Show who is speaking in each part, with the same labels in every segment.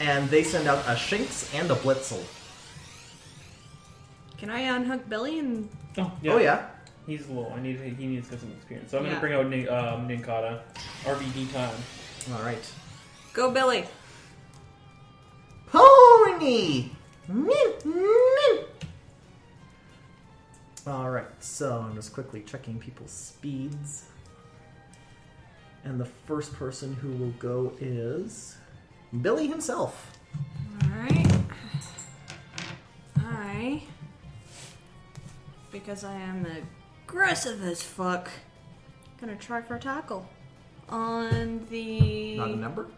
Speaker 1: and they send out a Shinx and a Blitzel.
Speaker 2: Can I unhook Billy and
Speaker 3: Oh
Speaker 1: Oh yeah,
Speaker 3: He's low. I need. He needs to get some experience. So I'm
Speaker 2: Yeah.
Speaker 3: gonna bring out Ni- um, Ninkata. RVD time.
Speaker 1: all right.
Speaker 2: go Billy?
Speaker 1: Pony. Meep, meep. All right, so I'm just quickly checking people's speeds, and the first person who will go is Billy himself.
Speaker 2: Alright. I. Because I am aggressive as fuck, gonna try for a tackle. On the.
Speaker 1: Not a number.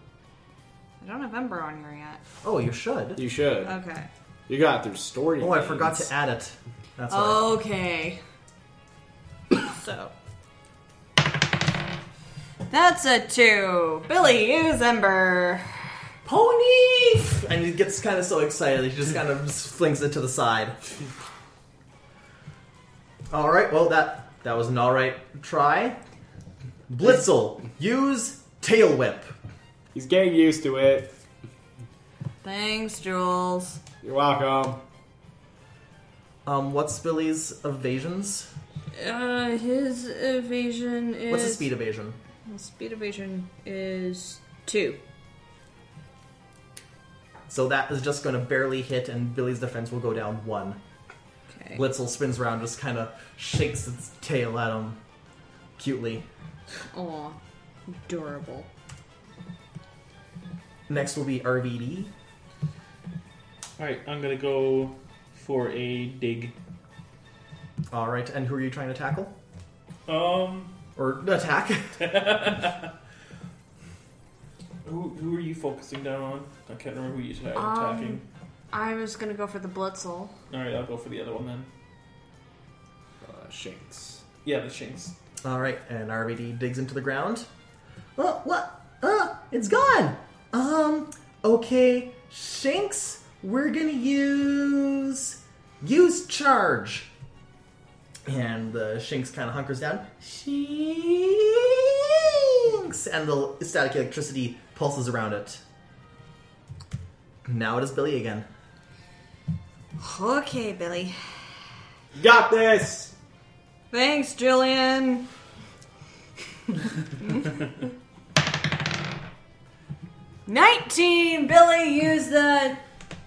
Speaker 2: I don't have Ember on here yet.
Speaker 1: Oh, you should.
Speaker 4: You should.
Speaker 2: Okay.
Speaker 4: you got through story.
Speaker 1: Oh, I
Speaker 4: games.
Speaker 1: forgot to add it. That's
Speaker 2: Oh,
Speaker 1: all right.
Speaker 2: Okay. so. That's a two. Billy, use Ember.
Speaker 1: Pony! And he gets kind of so excited, he just kind of flings it to the side. All right, well that that was an all right try. Blitzel, use tail whip.
Speaker 4: He's getting used to it.
Speaker 2: Thanks, Jules.
Speaker 4: You're welcome.
Speaker 1: Um, what's Billy's evasions?
Speaker 2: Uh, his evasion is.
Speaker 1: What's his speed evasion?
Speaker 2: Well, speed evasion is two.
Speaker 1: So that is just going to barely hit, and Billy's defense will go down one.
Speaker 2: Okay.
Speaker 1: Blitzel spins around, just kind of shakes its tail at him, cutely.
Speaker 2: Aw, adorable.
Speaker 1: Next will be RVD.
Speaker 3: All right. I'm gonna go for a dig.
Speaker 1: All right, and who are you trying to tackle
Speaker 3: Um.
Speaker 1: or attack?
Speaker 3: Who, who are you focusing down on? I can't remember who you said
Speaker 2: Um,
Speaker 3: attacking.
Speaker 2: I was gonna go for the Blitzel.
Speaker 3: All right. I'll go for the other one then.
Speaker 4: Uh, Shanks.
Speaker 3: Yeah, the Shinx.
Speaker 1: All right, and RVD digs into the ground. Uh, what? Uh, it's gone. Um, okay, Shanks, we're gonna use use charge. And the Shinx kind of hunkers down. Shinx, and the static electricity pulses around it. Now it is Billy again.
Speaker 2: Okay, Billy.
Speaker 4: You got this.
Speaker 2: Thanks, Jillian. Nineteen, Billy. Use the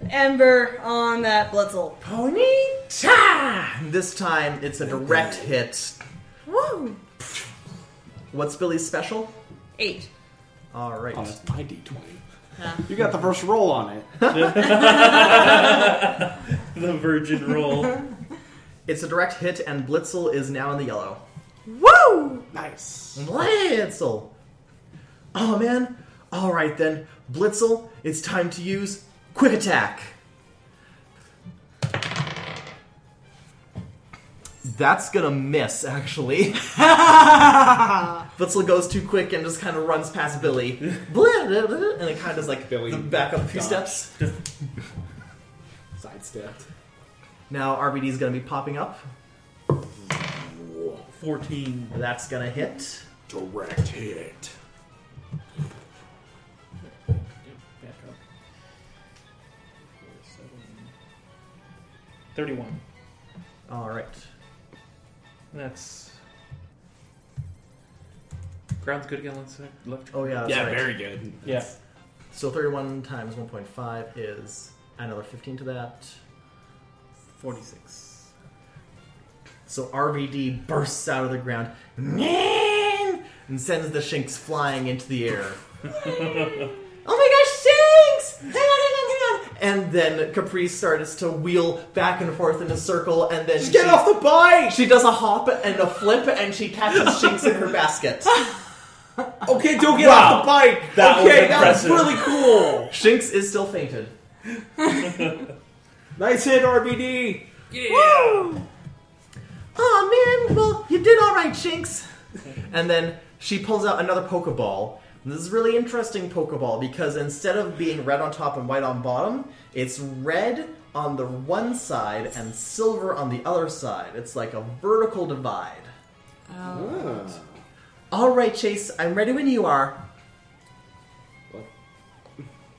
Speaker 2: ember on that Blitzel.
Speaker 1: Ponyta! This time it's a direct hit.
Speaker 2: Woo!
Speaker 1: What's Billy's special?
Speaker 2: Eight.
Speaker 1: All right.
Speaker 4: Oh, that's my d20.
Speaker 2: Huh.
Speaker 4: You got the first roll on it.
Speaker 3: The Virgin Roll.
Speaker 1: It's a direct hit, and Blitzel is now in the yellow.
Speaker 2: Woo!
Speaker 4: Nice.
Speaker 1: Blitzel! Oh man! Alright then, Blitzel, it's time to use Quick Attack! That's gonna miss, actually. Blitzel goes too quick and just kind of runs past Billy. Blit- and it kind of does like
Speaker 4: Billy
Speaker 1: the back up a few
Speaker 4: dodged.
Speaker 1: steps.
Speaker 4: Sidestepped.
Speaker 1: Now RVD is gonna be popping up.
Speaker 3: Fourteen.
Speaker 1: That's gonna hit.
Speaker 4: Direct hit.
Speaker 3: Back up. Four, seven. Thirty-one.
Speaker 1: Alright.
Speaker 3: That's. Ground's good again. Let's left.
Speaker 1: Oh yeah, that's
Speaker 4: yeah,
Speaker 1: right.
Speaker 4: very good.
Speaker 3: Yeah.
Speaker 1: So 31 times 1.5 is another 15 to that.
Speaker 3: Forty-six.
Speaker 1: So RVD bursts out of the ground "Nyeh!" and sends the Shinx flying into the air. oh my gosh, Shinx! Hang on, hang on, hang on! And then Caprice starts to wheel back and forth in a circle, and then
Speaker 4: Get
Speaker 1: she-
Speaker 4: off the bike!
Speaker 1: She does a hop and a flip, and she catches Shinx in her basket.
Speaker 4: Okay, don't get
Speaker 3: Wow.
Speaker 4: off the bike.
Speaker 3: That was
Speaker 4: okay, that was
Speaker 3: impressive.
Speaker 4: really cool.
Speaker 1: Shinx is still fainted.
Speaker 4: nice hit, RBD.
Speaker 1: Oh man, well, you did all right, Shinx. And then she pulls out another Pokeball. And This is a really interesting Pokeball because instead of being red on top and white on bottom, it's red on the one side and silver on the other side. It's like a vertical divide. All right, Chase, I'm ready when you are.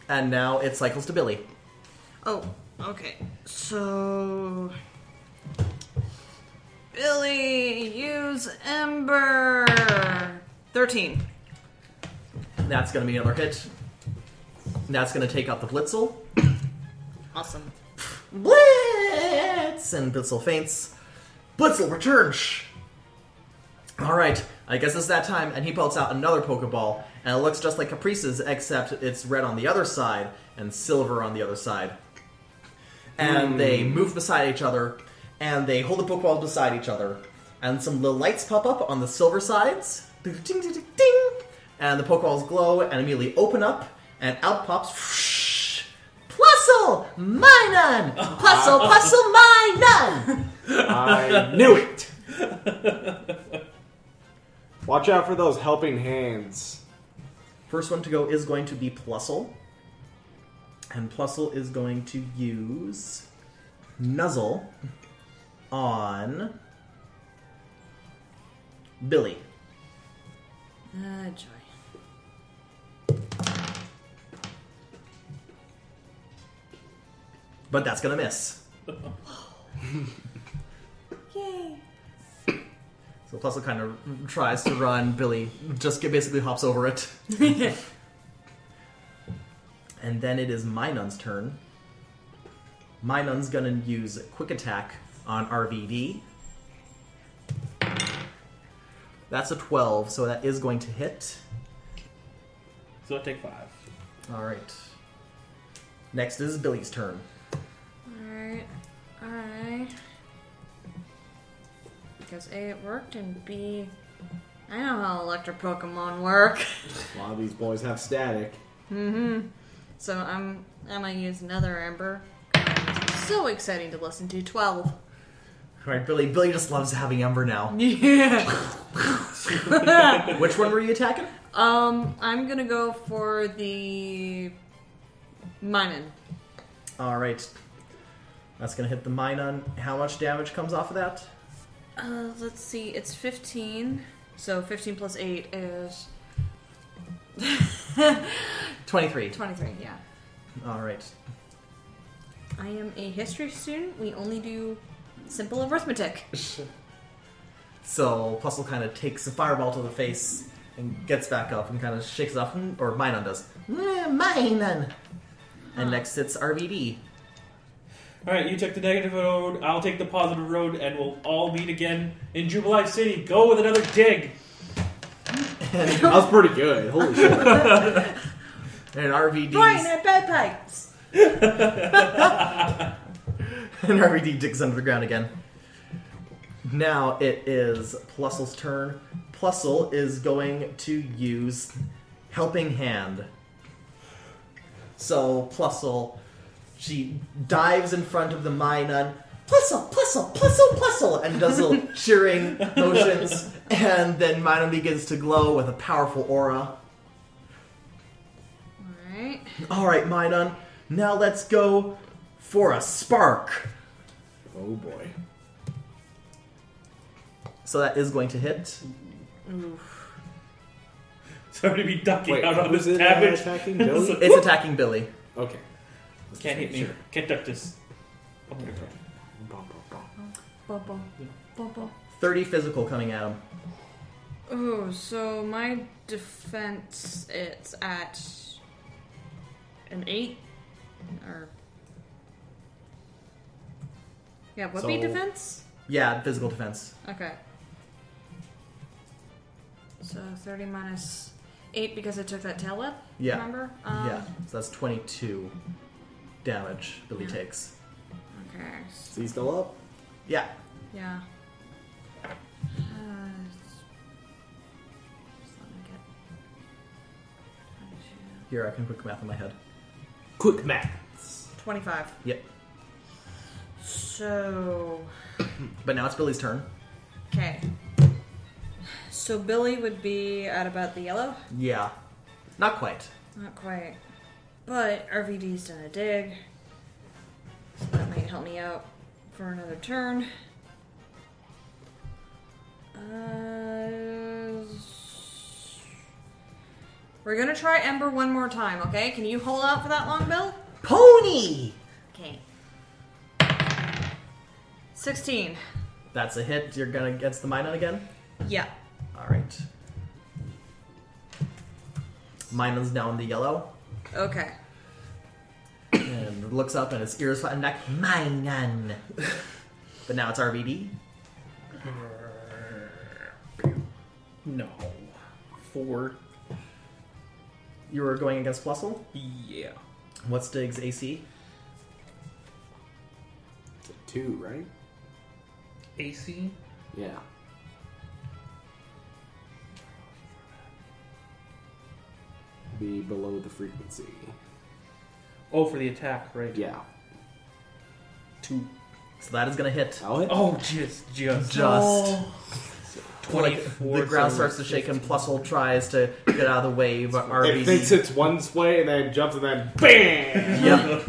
Speaker 1: And now it cycles to Billy.
Speaker 2: Oh, okay. So. Billy, use Ember! 13.
Speaker 1: That's going to be another hit. That's going to take out the Blitzel.
Speaker 2: Awesome.
Speaker 1: Blitz! And Blitzel faints. Blitzel returns! Alright, I guess it's that time, and he pulls out another Pokeball, and it looks just like Caprice's, except it's red on the other side and silver on the other side. And they move beside each other, and they hold the Pokeballs beside each other, and some little lights pop up on the silver sides. Ding, ding, ding, ding, ding. And the Pokeballs glow and immediately open up, and out pops. Plusle! Minun! Plusle, Plusle, Minun!
Speaker 5: I knew it. Watch out for those helping hands.
Speaker 1: First one to go is going to be Plusle. And Plusle is going to use Nuzzle on Billy.
Speaker 2: Ah, joy.
Speaker 1: But that's gonna miss.
Speaker 2: Yay!
Speaker 1: So Plusle kind of tries to run. Billy just get, basically hops over it. and then it is Minun's turn. Minun's gonna use Quick Attack on RVD. That's a 12, so that is going to hit.
Speaker 3: So I take five.
Speaker 1: Alright. Next is Billy's turn.
Speaker 2: Alright. Alright. Because A, it worked, and B, I know how electric Pokemon work.
Speaker 5: A lot of these boys have static.
Speaker 2: Mm-hmm. So I'm I'm gonna use another Ember. So exciting to listen to. Twelve.
Speaker 1: Alright, Billy. Billy just loves having Ember now.
Speaker 2: Yeah.
Speaker 1: Which one were you attacking?
Speaker 2: um, I'm gonna go for the Minun.
Speaker 1: Alright. That's gonna hit the Minun. How much damage comes off of that?
Speaker 2: Uh, let's see. It's fifteen. So fifteen plus eight is
Speaker 1: 23.
Speaker 2: twenty-three. Yeah.
Speaker 1: Alright.
Speaker 2: I am a history student. We only do simple arithmetic.
Speaker 1: So Puzzle kind of takes a fireball to the face and gets back up and kind of shakes it off, and- or Minun does. Mm, Minun! And next it's RVD.
Speaker 3: All right, you took the negative road. I'll take the positive road, and we'll all meet again in Jubilee City. Go with another dig.
Speaker 5: That was pretty good. Holy shit.
Speaker 1: And RVD.
Speaker 2: Brian at bagpipes.
Speaker 1: And RVD digs under the ground again. Now it is Plusle's turn. Plusle is going to use Helping Hand. So Plusle, she dives in front of the Minun. Plusle, Plusle, Plusle, Plusle, and does little cheering motions. And then Minun begins to glow with a powerful aura.
Speaker 2: All right.
Speaker 1: All right, Minun, now let's go for a spark.
Speaker 5: Oh boy.
Speaker 1: So that is going to hit.
Speaker 3: Sorry to be ducking
Speaker 5: Wait,
Speaker 3: out on
Speaker 5: who's
Speaker 3: this
Speaker 5: it, uh,
Speaker 3: cabbage.
Speaker 5: attacking Billy?
Speaker 1: It's attacking Billy.
Speaker 5: Okay. Let's
Speaker 3: Can't hit me.
Speaker 5: just make sure.
Speaker 3: Can't duck this. I'm gonna cry.
Speaker 5: Bum, bum, bum.
Speaker 2: Bum, bum. Bum, bum.
Speaker 1: 30 physical coming at him.
Speaker 2: Oh, so my defense it's at an eight or yeah, what be
Speaker 5: So-
Speaker 2: defense?
Speaker 1: Yeah, physical defense.
Speaker 2: Okay. So thirty minus eight because I took that tail whip.
Speaker 1: Yeah.
Speaker 2: Remember? Um,
Speaker 1: yeah, so that's 22 damage Billy
Speaker 2: Yeah.
Speaker 1: takes.
Speaker 2: Um, Okay.
Speaker 5: Is he still up?
Speaker 1: Yeah,
Speaker 2: Yeah. Uh, just let me get-
Speaker 1: here I can quick math in my head.
Speaker 5: Quick maths.
Speaker 2: Twenty-five.
Speaker 1: Yep.
Speaker 2: So,
Speaker 1: But now it's Billy's turn.
Speaker 2: okay. So Billy would be at about the yellow?
Speaker 1: Yeah. Not quite.
Speaker 2: Not quite. But RVD's done a dig. So that might help me out for another turn. Uh, We're gonna try Ember one more time, okay? Can you hold out for that long, Bill?
Speaker 1: Pony!
Speaker 2: Okay. 16.
Speaker 1: That's a hit. You're gonna get the mine on again?
Speaker 2: Yeah.
Speaker 1: Alright. Minon's down to yellow.
Speaker 2: Okay.
Speaker 1: And looks up and his ears flatten back. Minon! but now it's RVD.
Speaker 3: No. Four.
Speaker 1: You were going against Plusle.
Speaker 3: Yeah.
Speaker 1: What's Dig's AC?
Speaker 5: It's a two, right?
Speaker 3: AC?
Speaker 5: Yeah. Be below the frequency.
Speaker 3: Oh, for the attack, right?
Speaker 5: Yeah.
Speaker 3: Two.
Speaker 1: So that is gonna hit.
Speaker 5: I'll hit.
Speaker 3: Oh, just, just. Oh.
Speaker 1: Just. Like,
Speaker 3: 24.
Speaker 1: the ground
Speaker 3: so
Speaker 1: starts to shake and Plusle tries to get out of the way, but
Speaker 5: It thinks
Speaker 1: RVD.
Speaker 5: it's one way and then jumps and then BAM!
Speaker 1: Yep.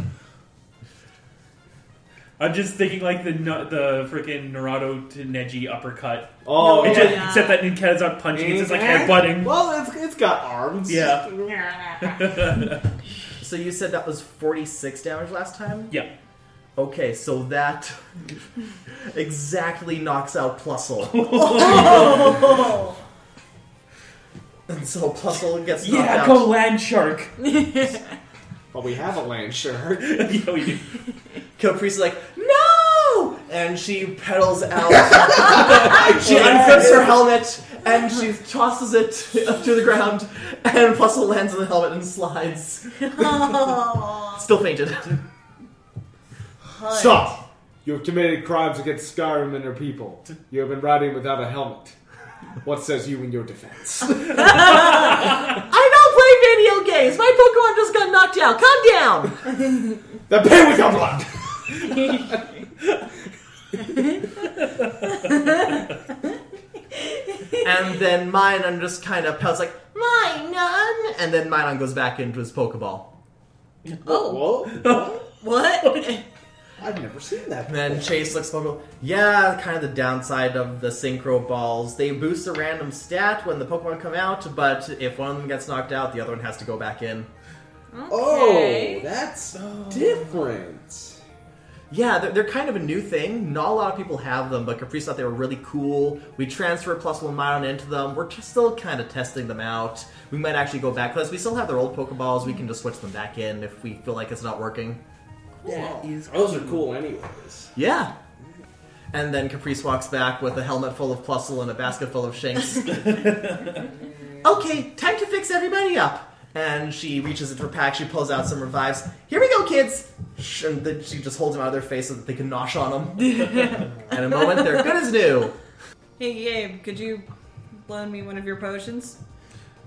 Speaker 3: I'm just thinking like the nu- the freaking Naruto to Neji uppercut.
Speaker 5: Oh,
Speaker 3: It
Speaker 5: yeah.
Speaker 3: just,
Speaker 2: yeah.
Speaker 3: Except that Nintendo's not punching, it's just like
Speaker 5: Yeah.
Speaker 3: headbutting.
Speaker 5: Well, it's, it's got arms.
Speaker 3: Yeah.
Speaker 1: So you said that was 46 damage last time?
Speaker 3: yeah.
Speaker 1: Okay, so that exactly knocks out Plusle. and so Plusle gets knocked
Speaker 3: Yeah,
Speaker 1: out.
Speaker 3: go land shark.
Speaker 5: But we have a land shark.
Speaker 3: Yo, you-
Speaker 1: Caprice is like, no! And she pedals out. she unzips her helmet and she tosses it up to the ground. And Plusle lands on the helmet and slides. Still fainted.
Speaker 5: Stop! You have committed crimes against Skyrim and her people. You have been riding without a helmet. What says you in your defense?
Speaker 1: I don't play video games! My Pokemon just got knocked out! Calm down!
Speaker 5: the pay with your blood!
Speaker 1: and then Minun just kind of pouts like, Minun! And then Minun goes back into his Pokeball.
Speaker 2: Oh,
Speaker 5: Whoa.
Speaker 2: what?
Speaker 5: I've never seen that.
Speaker 1: And then Chase looks at Pokeball. Yeah, kind of the downside of the Synchro Balls. They boost a random stat when the Pokemon come out, but if one of them gets knocked out, the other one has to go back in.
Speaker 5: Oh,
Speaker 2: Okay.
Speaker 5: that's different.
Speaker 1: Yeah, they're, they're kind of a new thing. Not a lot of people have them, but Caprice thought they were really cool. We transfer plus one mile into them. We're just still kind of testing them out. We might actually go back because we still have their old Pokeballs. We can just switch them back in if we feel like it's not working.
Speaker 5: That is Those are cool anyways.
Speaker 1: Yeah. And then Caprice walks back with a helmet full of Plusle and a basket full of Shanks. okay, time to fix everybody up. And she reaches into her pack, she pulls out some revives. Here we go, kids! Sh- And then she just holds them out of their face so that they can nosh on them. and in a moment, they're good as new.
Speaker 2: Hey, Gabe, could you loan me one of your potions?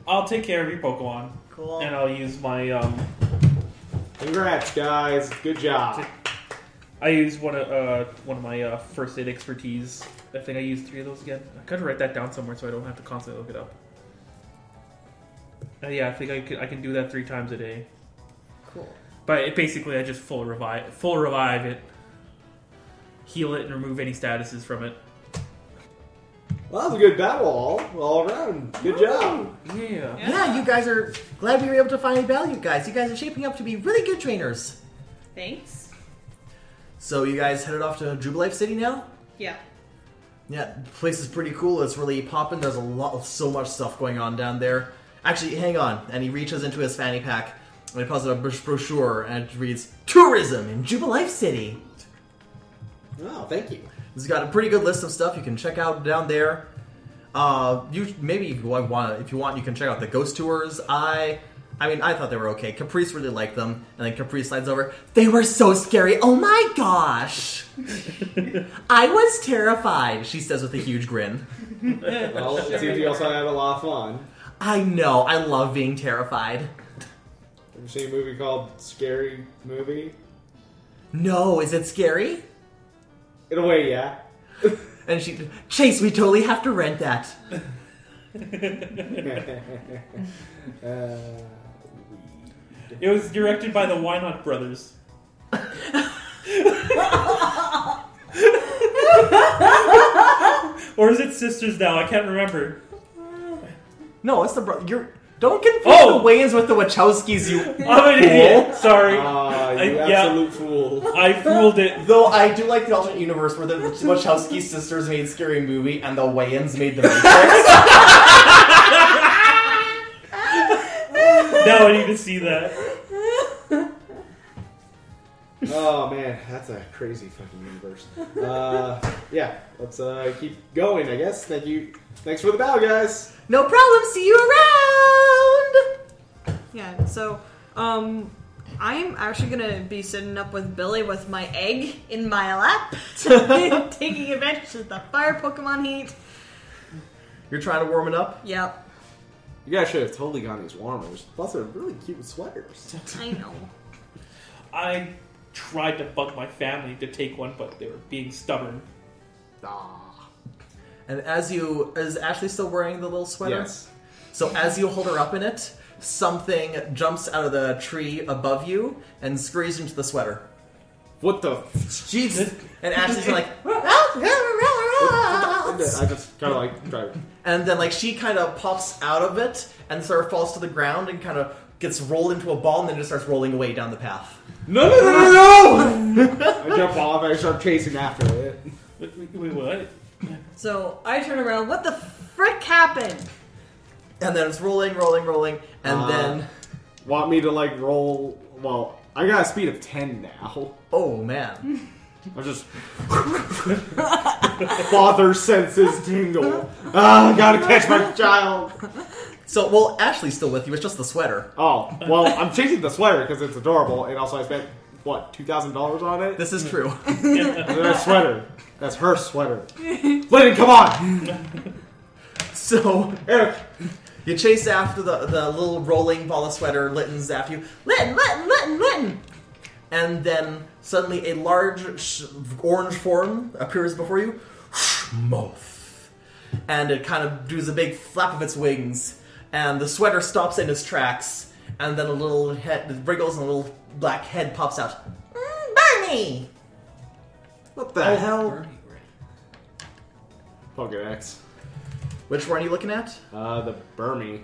Speaker 3: I'll take care of your Pokemon.
Speaker 2: Cool.
Speaker 3: And uh, I'll use my um
Speaker 5: Congrats, guys. Good job.
Speaker 3: I use one of uh one of my uh, first aid expertise. I think I used three of those again. I gotta write that down somewhere so I don't have to constantly look it up. Uh, yeah, I think I can I can do that three times a day.
Speaker 2: Cool.
Speaker 3: But it, basically, I just full revive full revive it, heal it, and remove any statuses from it.
Speaker 5: Well, that was a good battle all, all around. Good job.
Speaker 3: Yeah.
Speaker 1: Yeah. you guys are glad we were able to finally battle you guys. You guys are shaping up to be really good trainers.
Speaker 2: Thanks.
Speaker 1: So, you guys headed off to Jubilife City now?
Speaker 2: Yeah.
Speaker 1: Yeah, the place is pretty cool. It's really popping. There's a lot of so much stuff going on down there. Actually, hang on. And he reaches into his fanny pack and he pulls out a bros- brochure and it reads Tourism in Jubilife City.
Speaker 5: Oh, thank you.
Speaker 1: It's got a pretty good list of stuff you can check out down there. Uh, you maybe if you want, if you want, you can check out the ghost tours. I, I mean, I thought they were okay. Caprice really liked them, and then Caprice slides over. They were so scary. Oh my gosh! I was terrified. She says with a huge grin.
Speaker 5: Well, it seems you also had a lot of fun.
Speaker 1: I know. I love being terrified.
Speaker 5: Have you seen a movie called Scary Movie?
Speaker 1: No, is it scary?
Speaker 5: In a way, yeah.
Speaker 1: And she, Chase, we totally have to rent that.
Speaker 5: Uh,
Speaker 3: It was directed by the Why Not Brothers. or is it sisters now? I can't remember.
Speaker 1: No, it's the bro. You're Don't confuse
Speaker 3: Oh!
Speaker 1: the Wayans with the Wachowskis, you.
Speaker 3: I'm an idiot. Sorry.
Speaker 5: Ah, you
Speaker 3: I- yeah.
Speaker 5: absolute fool.
Speaker 3: I fooled it.
Speaker 1: Though I do like the alternate universe where the Wachowski sisters made Scary Movie and the Wayans made The Matrix.
Speaker 3: Now I need to see that.
Speaker 5: Oh man, that's a crazy fucking universe. Uh, yeah, let's uh, keep going. I guess. Thank you. Thanks for the bow, guys.
Speaker 2: No problem. See you around. Yeah. So, um, I'm actually gonna be sitting up with Billy with my egg in my lap, taking advantage of the fire Pokemon heat.
Speaker 1: You're trying to warm it up?
Speaker 2: Yep.
Speaker 5: You guys should have totally gotten these warmers. Plus, they're really cute sweaters.
Speaker 2: I know.
Speaker 3: I tried to bug my family to take one, but they were being stubborn.
Speaker 5: Ah,
Speaker 1: And as you. Is Ashley still wearing the little sweater?
Speaker 5: yes.
Speaker 1: So as you hold her up in it, something jumps out of the tree above you and scurries into the sweater.
Speaker 5: What the?
Speaker 1: Jesus! And Ashley's like, "Ah,
Speaker 5: I just kind of like drive.
Speaker 1: and then like she kind of pops out of it and sort of falls to the ground and kind of gets rolled into a ball and then just starts rolling away down the path.
Speaker 5: No, no, no, no, no! I jump off. I start chasing after it.
Speaker 3: Wait, wait, wait, what?
Speaker 2: So I turn around. What the frick happened?
Speaker 1: And then it's rolling, rolling, rolling, and
Speaker 5: Uh.
Speaker 1: then
Speaker 5: Want me to like roll? Well, I got a speed of ten now.
Speaker 1: oh man,
Speaker 5: I'm just father senses tingle. Ah, gotta catch my child.
Speaker 1: so well Ashley's still with you. It's just the sweater.
Speaker 5: Oh well, I'm chasing the sweater because it's adorable, and also I spent what two thousand dollars on it.
Speaker 1: This is true.
Speaker 5: And then a sweater. That's her sweater. Lennon, come on,
Speaker 1: so
Speaker 5: Eric.
Speaker 1: you chase after the the little rolling ball of sweater. Litton's after you.
Speaker 2: Litten, Litten, Litten, Litten.
Speaker 1: and then suddenly a large sh- orange form appears before you. Moth. And it kind of does a big flap of its wings, and the sweater stops in its tracks, and then a little head it wriggles and a little black head pops out. Mm, Bernie!
Speaker 5: What the hell? Pokedex.
Speaker 1: Which one are you looking at?
Speaker 5: Uh, the Burmy.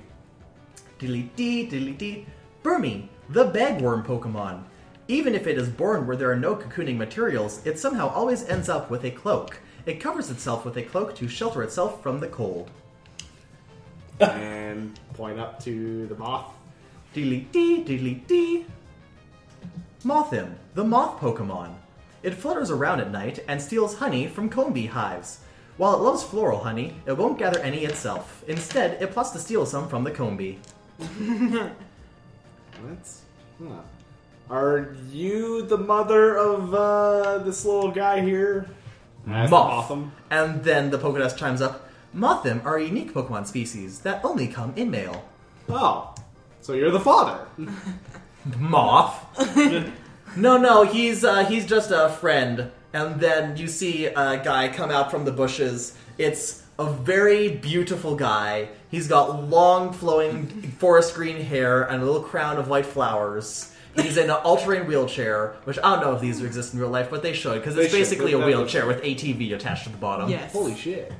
Speaker 1: Dilly dee, dilly dee. Burmy, the bagworm Pokemon. Even if it is born where there are no cocooning materials, it somehow always ends up with a cloak. It covers itself with a cloak to shelter itself from the cold.
Speaker 5: and point up to the moth.
Speaker 1: Dilly dee, dilly dee. Mothim, the moth Pokemon. It flutters around at night and steals honey from comb hives. While it loves floral honey, it won't gather any itself. Instead, it plots to steal some from the comb bee.
Speaker 5: That's. Huh. Are you the mother of uh, this little guy here? That's
Speaker 1: Moth.
Speaker 5: Motham.
Speaker 1: And then the Pokedex chimes up. Mothim are a unique Pokemon species that only come in male.
Speaker 5: Oh, so you're the father.
Speaker 1: Moth? no, no, he's uh, he's just a friend. And then you see a guy come out from the bushes. It's a very beautiful guy. He's got long, flowing forest green hair and a little crown of white flowers. He's in an all-terrain wheel-chair, which I don't know if these exist in real life, but they should because
Speaker 5: They
Speaker 1: it's
Speaker 5: should.
Speaker 1: basically a
Speaker 5: That- that-
Speaker 1: wheelchair with ATV attached to the bottom.
Speaker 2: Yes.
Speaker 5: Holy shit.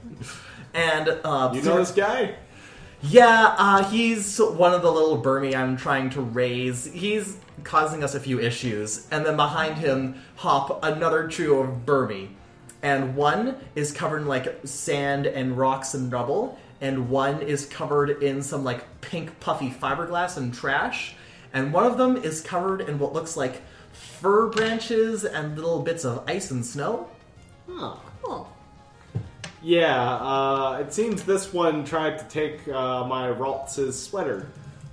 Speaker 1: And uh,
Speaker 5: You know this guy?
Speaker 1: yeah, uh, he's one of the little Burmy I'm trying to raise. He's causing us a few issues. And then behind him hop another trio of Burmy. And one is covered in like sand and rocks and rubble, and one is covered in some like pink puffy fiberglass and trash. And one of them is covered in what looks like fir branches and little bits of ice and snow.
Speaker 5: Huh.
Speaker 2: Oh.
Speaker 5: Yeah, uh, it seems this one tried to take uh, my Raltz's sweater.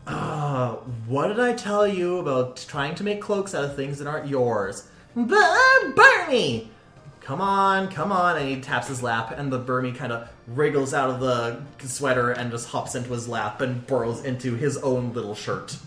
Speaker 1: Uh, what did I tell you about trying to make cloaks out of things that aren't yours? But Burmy! Come on, come on, and he taps his lap, and the Burmy kind of wriggles out of the sweater and just hops into his lap and burrows into his own little shirt.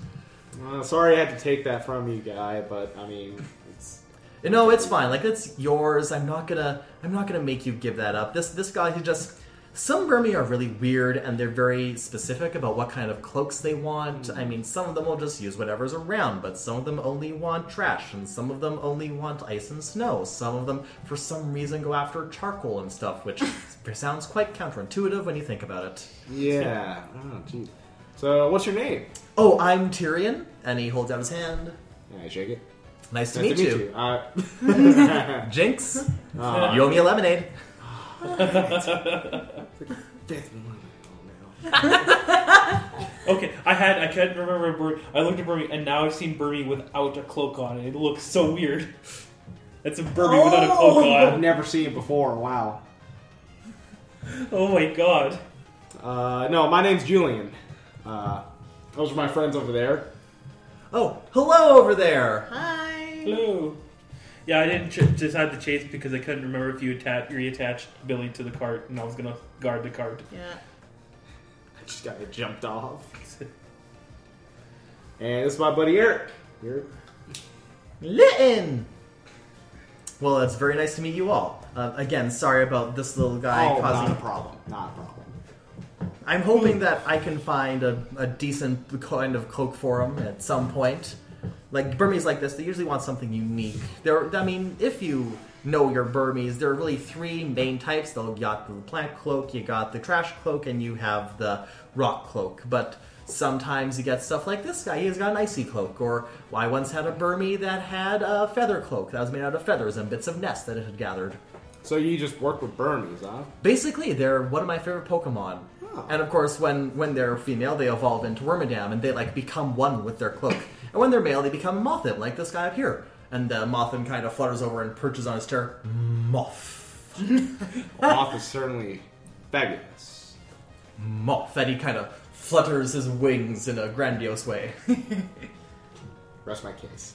Speaker 5: Uh, sorry I had to take that from you, guy, but I mean, it's.
Speaker 1: You know, it's fine. Like that's yours. I'm not gonna. I'm not gonna make you give that up. This this guy who just. Some Burmy are really weird, and they're very specific about what kind of cloaks they want. I mean, some of them will just use whatever's around, but some of them only want trash, and some of them only want ice and snow. Some of them, for some reason, go after charcoal and stuff, which sounds quite counterintuitive when you think about it.
Speaker 5: Yeah. Oh, gee. So, what's your name?
Speaker 1: Oh, I'm Tyrion, and he holds out his hand.
Speaker 5: And I shake it.
Speaker 1: Nice to,
Speaker 5: Nice
Speaker 1: meet, you.
Speaker 5: Uh,
Speaker 1: Jinx,
Speaker 5: Aw.
Speaker 1: you owe me a lemonade.
Speaker 5: Fifth one. Oh, no.
Speaker 3: Okay, I had I can't remember. Bur- I looked at Burmy, and now I've seen Burmy without a cloak on. It looks so weird. That's a Burmy without a cloak
Speaker 5: I've
Speaker 3: on.
Speaker 5: never seen it before. Wow.
Speaker 3: Oh my god.
Speaker 5: Uh, no, my name's Julian. Uh, those are my friends over there.
Speaker 1: Oh, hello over there.
Speaker 2: Hi.
Speaker 3: Hello. Yeah, I didn't ch- decide to chase because I couldn't remember if you atta- reattached Billy to the cart, and I was gonna guard the cart.
Speaker 2: Yeah.
Speaker 5: I just got jumped off. And this is my buddy Eric. Eric.
Speaker 1: Litten. Well, it's very nice to meet you all. Uh, again, sorry about this little guy
Speaker 5: oh,
Speaker 1: causing.
Speaker 5: not a problem. Not a problem.
Speaker 1: I'm hoping that I can find a, a decent kind of cloak for him at some point. Like Burmese like this, they usually want something unique. There, I mean, if you know your Burmese, there are really three main types. Though you got the plant cloak, you got the trash cloak, and you have the rock cloak. But sometimes you get stuff like this guy. He's got an icy cloak, or I once had a Burmese that had a feather cloak that was made out of feathers and bits of nests that it had gathered.
Speaker 5: So you just work with Burmese, huh?
Speaker 1: Basically, they're one of my favorite Pokemon.
Speaker 5: Oh.
Speaker 1: And of course, when, when they're female, they evolve into Wormadam and they like become one with their cloak. and when they're male, they become Mothim, like this guy up here. And the Mothim kind of flutters over and perches on his chair. Moth.
Speaker 5: Moth is certainly fabulous.
Speaker 1: Moth. And he kind of flutters his wings in a grandiose way.
Speaker 5: Rest my case.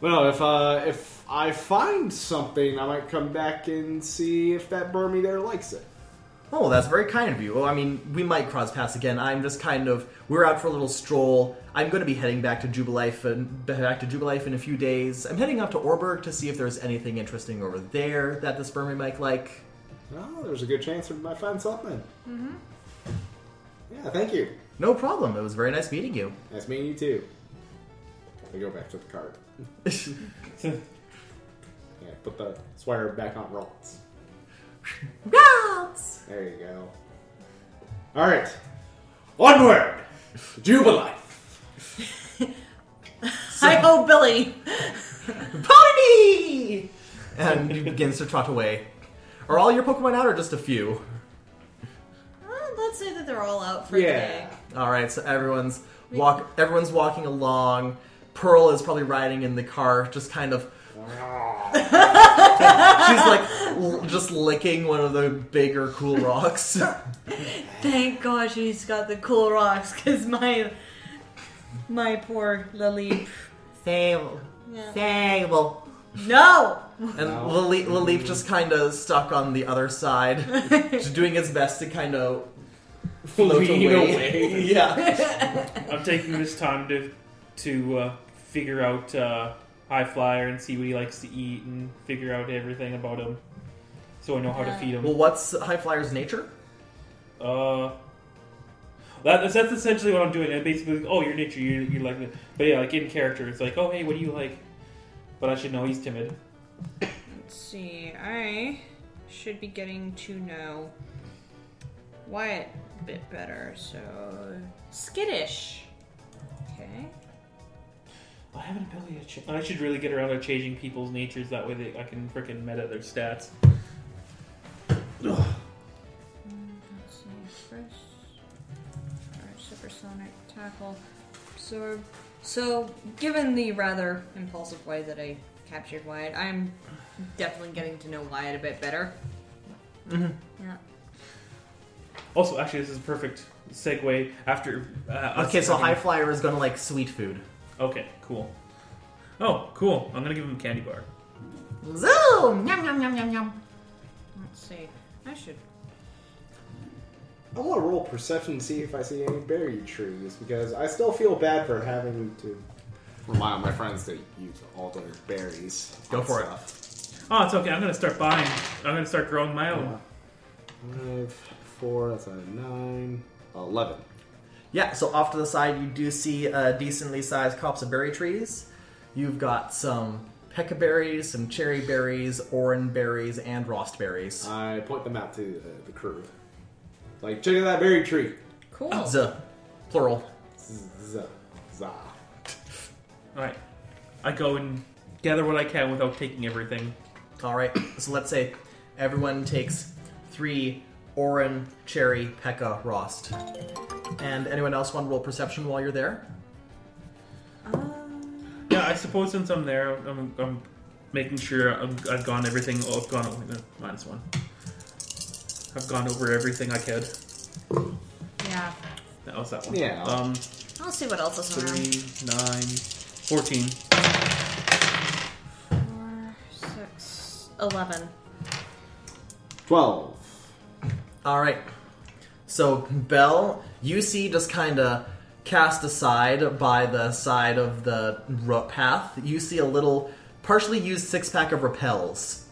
Speaker 5: well, if uh, if I find something, I might come back and see if that Burmy there likes it.
Speaker 1: Oh, that's very kind of you. Well, I mean, we might cross paths again. I'm just kind of we're out for a little stroll. I'm going to be heading back to Jubilife and back to Jubilife in a few days. I'm heading up to Orberg to see if there's anything interesting over there that the spermie might like.
Speaker 5: Oh, there's a good chance we might find something. Mm-hmm. Yeah, thank you.
Speaker 1: No problem. It was very nice meeting you.
Speaker 5: Nice meeting you too. I go back to the cart. Yeah, put the sweater back on rolls.
Speaker 2: Rats!
Speaker 5: There you go. All right, onward, Jubilife.
Speaker 2: Hi ho, Billy.
Speaker 1: Pony! And he begins to trot away. Are all your Pokemon out, or just a few?
Speaker 2: Well, let's say that they're all out for
Speaker 5: Yeah.
Speaker 2: the day.
Speaker 1: All right, so everyone's walk. Everyone's walking along. Pearl is probably riding in the car, just kind of She's like l- just licking one of the bigger cool rocks.
Speaker 2: Thank God she's got the cool rocks, cause my my poor Lily.
Speaker 1: Sable.
Speaker 2: Yeah.
Speaker 1: Sable.
Speaker 2: No.
Speaker 1: And
Speaker 5: No.
Speaker 1: Lali- Lalief just kind of stuck on the other side, just doing his best to kind of float
Speaker 5: Lean
Speaker 1: away.
Speaker 5: away.
Speaker 1: yeah.
Speaker 3: I'm taking this time to to uh, figure out uh, High Flyer and see what he likes to eat and figure out everything about him, so I know how to feed him.
Speaker 1: Well, what's High Flyer's nature?
Speaker 3: Uh, that, that's, that's essentially what I'm doing. I basically, like, oh, your nature, you you like it, but yeah, like in character, it's like, oh, hey, what do you like? But I should know he's timid.
Speaker 2: Let's see. I should be getting to know Wyatt a bit better. So skittish. Okay.
Speaker 3: I have an ability to. Ch- I should really get around to changing people's natures. That way, they, I can freaking meta their stats.
Speaker 2: Let's see. First, alright, supersonic tackle, absorb. So, given the rather impulsive way that I captured Wyatt, I'm definitely getting to know Wyatt a bit better. Mm-hmm. Yeah.
Speaker 3: Also, actually, this is a perfect segue after. Uh, us
Speaker 1: Okay, so
Speaker 3: having-
Speaker 1: High Flyer is gonna like sweet food.
Speaker 3: Okay, cool. Oh, cool. I'm gonna give him a candy bar.
Speaker 1: Zoom! Yum yum yum yum yum.
Speaker 2: Let's see. I should.
Speaker 5: I want to roll perception to see if I see any berry trees because I still feel bad for having to rely on my friends to use all their berries.
Speaker 1: Go
Speaker 5: on
Speaker 1: for it.
Speaker 5: stuff.
Speaker 3: Oh, it's okay. I'm gonna start buying. I'm gonna start growing my own.
Speaker 5: Five, four, that's a nine, eleven.
Speaker 1: Yeah, so off to the side, you do see uh, decently sized copse of berry trees. You've got some pekka berries, some cherry berries, oran berries, and rost berries.
Speaker 5: uh, I point them out to the, the crew. Like, check out that berry tree.
Speaker 2: Cool.
Speaker 1: Zuh. Plural.
Speaker 5: Z- za.
Speaker 3: Alright. I go and gather what I can without taking everything.
Speaker 1: All right. So let's say everyone takes three Orin, Cherry, Pekka, Rost. And anyone else want to roll perception while you're there?
Speaker 2: Um,
Speaker 3: Yeah, I suppose since I'm there, I'm, I'm making sure I'm, I've gone everything. Oh, I've gone over minus one. I've gone over everything I could.
Speaker 2: Yeah.
Speaker 3: That was that one.
Speaker 5: Yeah.
Speaker 3: Um,
Speaker 2: I'll see what else is around.
Speaker 3: three, nine, fourteen.
Speaker 2: Four, six, eleven.
Speaker 5: Twelve.
Speaker 1: All right. So Bell, you see, just kind of cast aside by the side of the ro- path. You see a little partially used six pack of repels.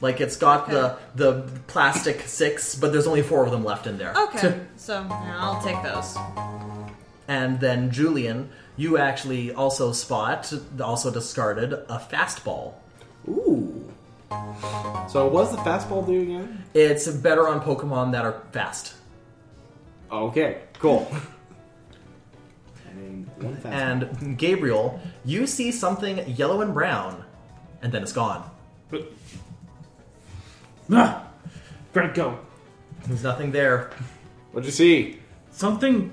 Speaker 1: Like it's got the the plastic six, but there's only four of them left in there.
Speaker 2: Okay, so yeah, I'll take those.
Speaker 1: And then Julian, you actually also spot, also discarded a fastball.
Speaker 5: Ooh. So what's the fastball do again?
Speaker 1: It's better on Pokemon that are fast.
Speaker 5: Okay, cool. and one fastball.
Speaker 1: And Gabriel, you see something yellow and brown, and then it's gone.
Speaker 3: But ah, Greg, go.
Speaker 1: There's nothing there.
Speaker 5: What'd you see?
Speaker 3: Something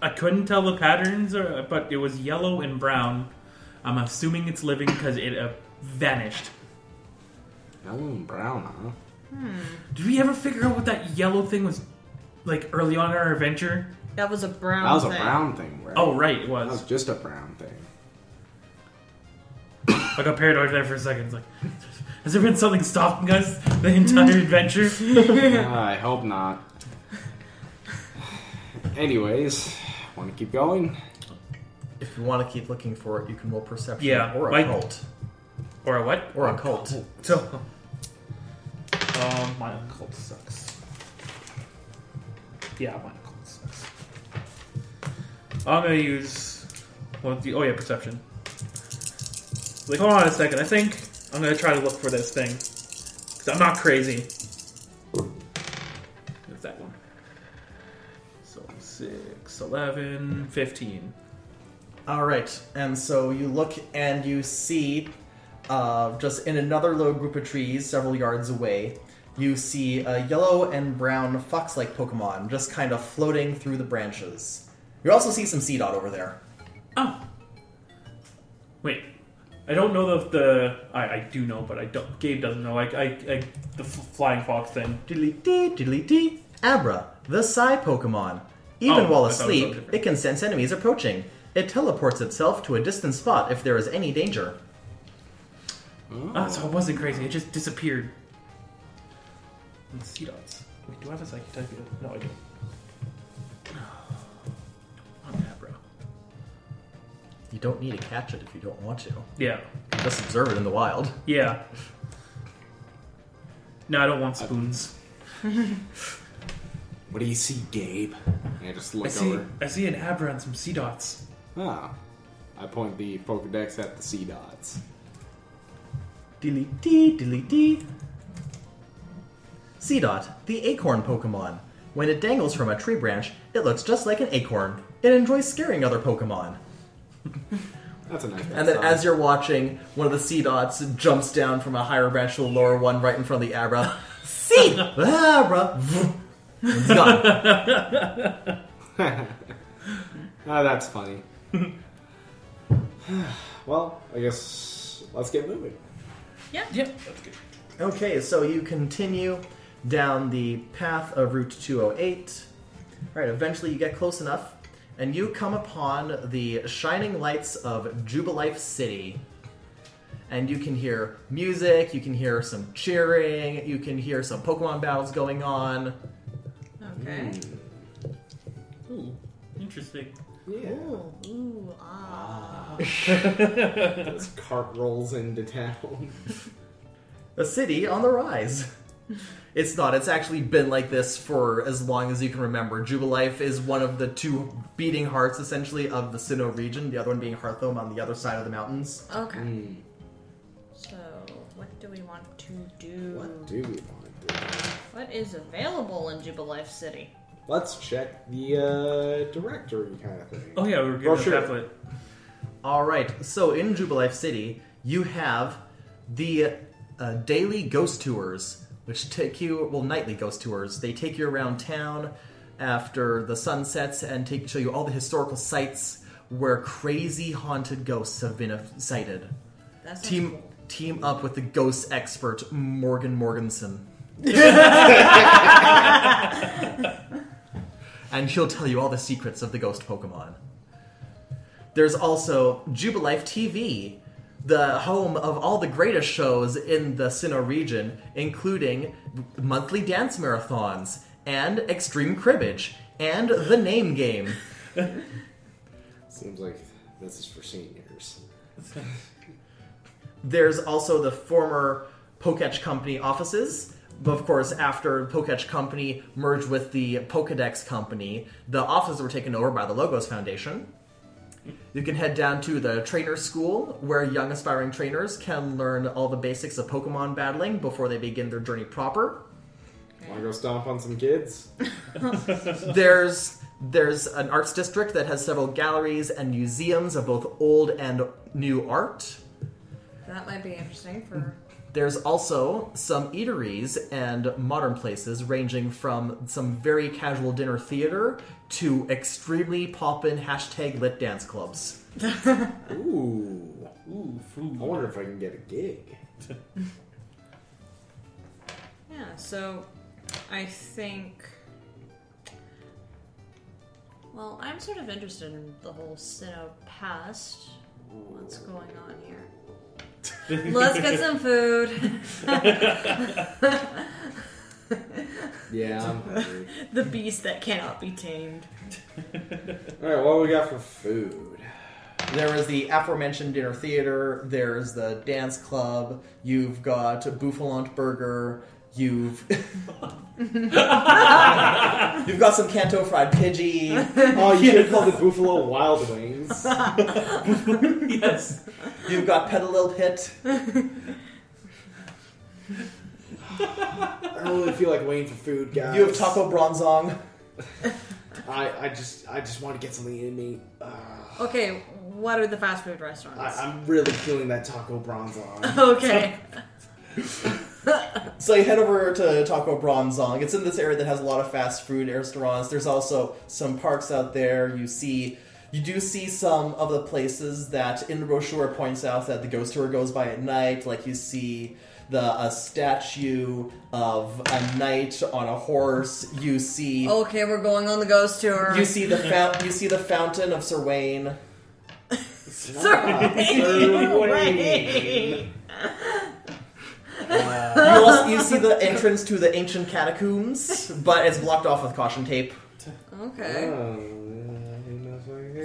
Speaker 3: I couldn't tell the patterns, or, but it was yellow and brown. I'm assuming it's living because it uh, vanished.
Speaker 5: Yellow and brown, huh?
Speaker 3: Did we ever figure out what that yellow thing was like early on in our adventure?
Speaker 2: That was a brown.
Speaker 5: That was a
Speaker 2: thing.
Speaker 5: brown thing, right?
Speaker 3: Oh, right, it
Speaker 5: that was
Speaker 3: was.
Speaker 5: just a brown thing.
Speaker 3: I got paranoid there for a second. It's like, has there been something stopping us the entire adventure?
Speaker 5: Ah, I hope not. Anyways, want to keep going?
Speaker 1: If you want to keep looking for it, you can roll perception
Speaker 3: Yeah,
Speaker 1: or
Speaker 3: like-
Speaker 1: occult.
Speaker 3: or a what?
Speaker 1: Or occult.
Speaker 3: So, um, my occult sucks. Yeah, my occult sucks. I'm gonna use well, the oh yeah, perception. Like, hold on a second. I think I'm gonna try to look for this thing because I'm not crazy. It's that one. So six, eleven, fifteen.
Speaker 1: All right, and so you look and you see, uh, just in another low group of trees several yards away, you see a yellow and brown fox like Pokemon just kind of floating through the branches. You also see some Seedot over there.
Speaker 3: Oh. Wait. I don't know the. the I, I do know, but I don't. Gabe doesn't know. I, I, I the f- flying fox thing.
Speaker 1: Diddly dee, diddly dee. Abra, the Psy Pokemon. Even
Speaker 3: Oh,
Speaker 1: while
Speaker 3: I thought it was
Speaker 1: asleep,
Speaker 3: something different.
Speaker 1: it can sense enemies approaching. It teleports itself to a distant spot if there is any danger.
Speaker 3: Ah, so it wasn't crazy. It just disappeared. And sea dots. Wait, do I have a psychic type? yet? No, I don't. Not that, bro.
Speaker 1: You don't need to catch it if you don't want to.
Speaker 3: Yeah.
Speaker 1: Just observe it in the wild.
Speaker 3: Yeah. No, I don't want spoons.
Speaker 5: What do you see, Gabe? Yeah, just
Speaker 3: I
Speaker 5: look
Speaker 3: see.
Speaker 5: over.
Speaker 3: I see an abra and some sea dots.
Speaker 5: Ah, I point the Pokedex at the sea dots.
Speaker 1: Dilly dee, dilly dee. Seedot, the acorn Pokemon. When it dangles from a tree branch, it looks just like an acorn. It enjoys scaring other Pokemon.
Speaker 5: That's a nice.
Speaker 1: And then, as you're watching, one of the sea dots jumps down from a higher branch to a lower one, right in front of the Abra. Sea Abra, it's gone.
Speaker 5: ah, that's funny. well, I guess let's get moving.
Speaker 3: Yep, that's good.
Speaker 1: Okay, so you continue down the path of Route 208. All right, eventually you get close enough, and you come upon the shining lights of Jubilife City. And you can hear music, you can hear some cheering, you can hear some Pokemon battles going on.
Speaker 2: Okay.
Speaker 5: Mm.
Speaker 3: Ooh, interesting.
Speaker 5: Yeah,
Speaker 2: Ooh, ooh, ah.
Speaker 5: this cart rolls into town.
Speaker 1: a city on the rise. It's not. It's actually been like this for as long as you can remember. Jubilife is one of the two beating hearts, essentially, of the Sinnoh region, the other one being Hearthome on the other side of the mountains.
Speaker 2: Okay.
Speaker 5: Hmm,
Speaker 2: So, what do we want to do?
Speaker 5: what do we want to do?
Speaker 2: What is available in Jubilife City?
Speaker 5: Let's check the uh, directory kind of thing.
Speaker 3: Oh yeah, we were
Speaker 5: Well,
Speaker 3: given a
Speaker 5: sure.
Speaker 3: pamphlet.
Speaker 1: All right. So in Jubilife City, you have the uh, daily ghost tours, which take you well nightly ghost tours. They take you around town after the sun sets and take show you all the historical sites where crazy haunted ghosts have been uh, sighted.
Speaker 2: That's
Speaker 1: Team team up with the ghost expert Morgan Morganson. and he'll tell you all the secrets of the ghost Pokemon. There's also Jubilife TV, the home of all the greatest shows in the Sinnoh region, including monthly dance marathons and Extreme Cribbage and The Name Game.
Speaker 5: Seems like this is for seniors.
Speaker 1: There's also the former Poketch Company offices. But of course, after Poketch Company merged with the Pokedex Company, the offices were taken over by the Logos Foundation. You can head down to the trainer school, where young aspiring trainers can learn all the basics of Pokemon battling before they begin their journey proper.
Speaker 5: Want to go stomp on some kids?
Speaker 1: There's there's an arts district that has several galleries and museums of both old and new art.
Speaker 2: That might be interesting for.
Speaker 1: There's also some eateries and modern places ranging from some very casual dinner theater to extremely poppin' hashtag lit dance clubs.
Speaker 5: Ooh.
Speaker 3: Ooh,
Speaker 5: I
Speaker 3: food.
Speaker 5: wonder if I can get a gig.
Speaker 2: Yeah, so I think. Well, I'm sort of interested in the whole Sinnoh past. What's going on here? Let's get some food.
Speaker 5: Yeah, I'm hungry.
Speaker 2: the beast that cannot be tamed.
Speaker 5: Alright, what do we got for food?
Speaker 1: There is the aforementioned dinner theater, there's the dance club, you've got Buffalant Burger, you've. you've got some Canto Fried Pidgey,
Speaker 5: Oh, you should call the Buffalo Wild Wings.
Speaker 3: yes.
Speaker 1: you've got Petalil Pit.
Speaker 5: I don't really feel like waiting for food, guys.
Speaker 1: You have Taco Bronzong.
Speaker 5: I, I just I just want to get something in me. Ah,
Speaker 2: Okay, what are the fast food restaurants?
Speaker 5: I, I'm really feeling that taco bronze on.
Speaker 2: okay.
Speaker 1: So you head over to Taco Bronzong. It's in this area that has a lot of fast food restaurants. There's also some parks out there. You see, you do see some of the places that in the brochure points out that the ghost tour goes by at night. Like you see the a statue of a knight on a horse. You see,
Speaker 2: Okay, we're going on the ghost tour.
Speaker 1: you see the fount- you see the fountain of Sir Wayne.
Speaker 5: Sir
Speaker 2: Wayne.
Speaker 5: Uh,
Speaker 1: You also you see the entrance to the ancient catacombs, but it's blocked off with caution tape.
Speaker 2: Okay.
Speaker 5: Oh,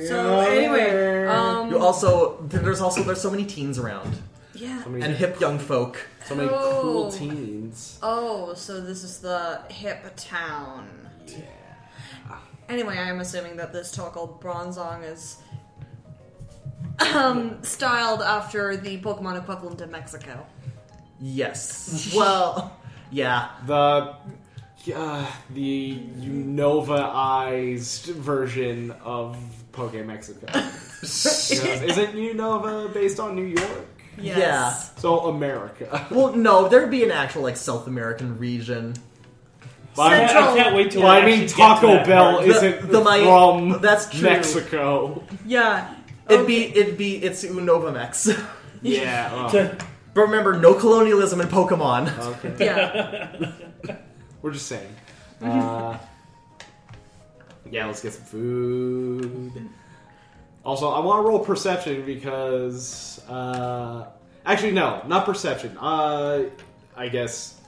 Speaker 2: So anyway, um,
Speaker 1: You also there's also there's so many teens around.
Speaker 2: yeah.
Speaker 5: so many,
Speaker 1: and hip young folk.
Speaker 5: so many
Speaker 2: Oh.
Speaker 5: cool teens.
Speaker 2: Oh, so this is the hip town.
Speaker 5: Yeah.
Speaker 2: Anyway, I'm assuming that this Tokal Bronzong is um, styled after the Pokemon equivalent in Mexico.
Speaker 1: Yes. well, yeah.
Speaker 5: The uh, the Unova eyes version of Poke Mexico. Isn't Unova based on New York?
Speaker 2: Yes.
Speaker 5: So America.
Speaker 1: Well, no, there'd be an actual like South American region.
Speaker 5: But
Speaker 3: I,
Speaker 5: I-
Speaker 3: can't- I can't wait till
Speaker 5: Well, I mean,
Speaker 3: actually get to
Speaker 5: Taco
Speaker 3: that
Speaker 5: Bell
Speaker 3: part.
Speaker 1: The-
Speaker 5: isn't
Speaker 1: the Mi-
Speaker 5: from
Speaker 1: that's true.
Speaker 5: Mexico.
Speaker 2: Yeah.
Speaker 1: It'd be it'd be it's Unovamex.
Speaker 5: Yeah. well,
Speaker 1: but remember, no colonialism in Pokemon.
Speaker 5: okay.
Speaker 2: Yeah.
Speaker 5: We're just saying. Uh, yeah, let's get some food. Also, I want to roll perception because. Uh, actually, no, not perception. Uh, I guess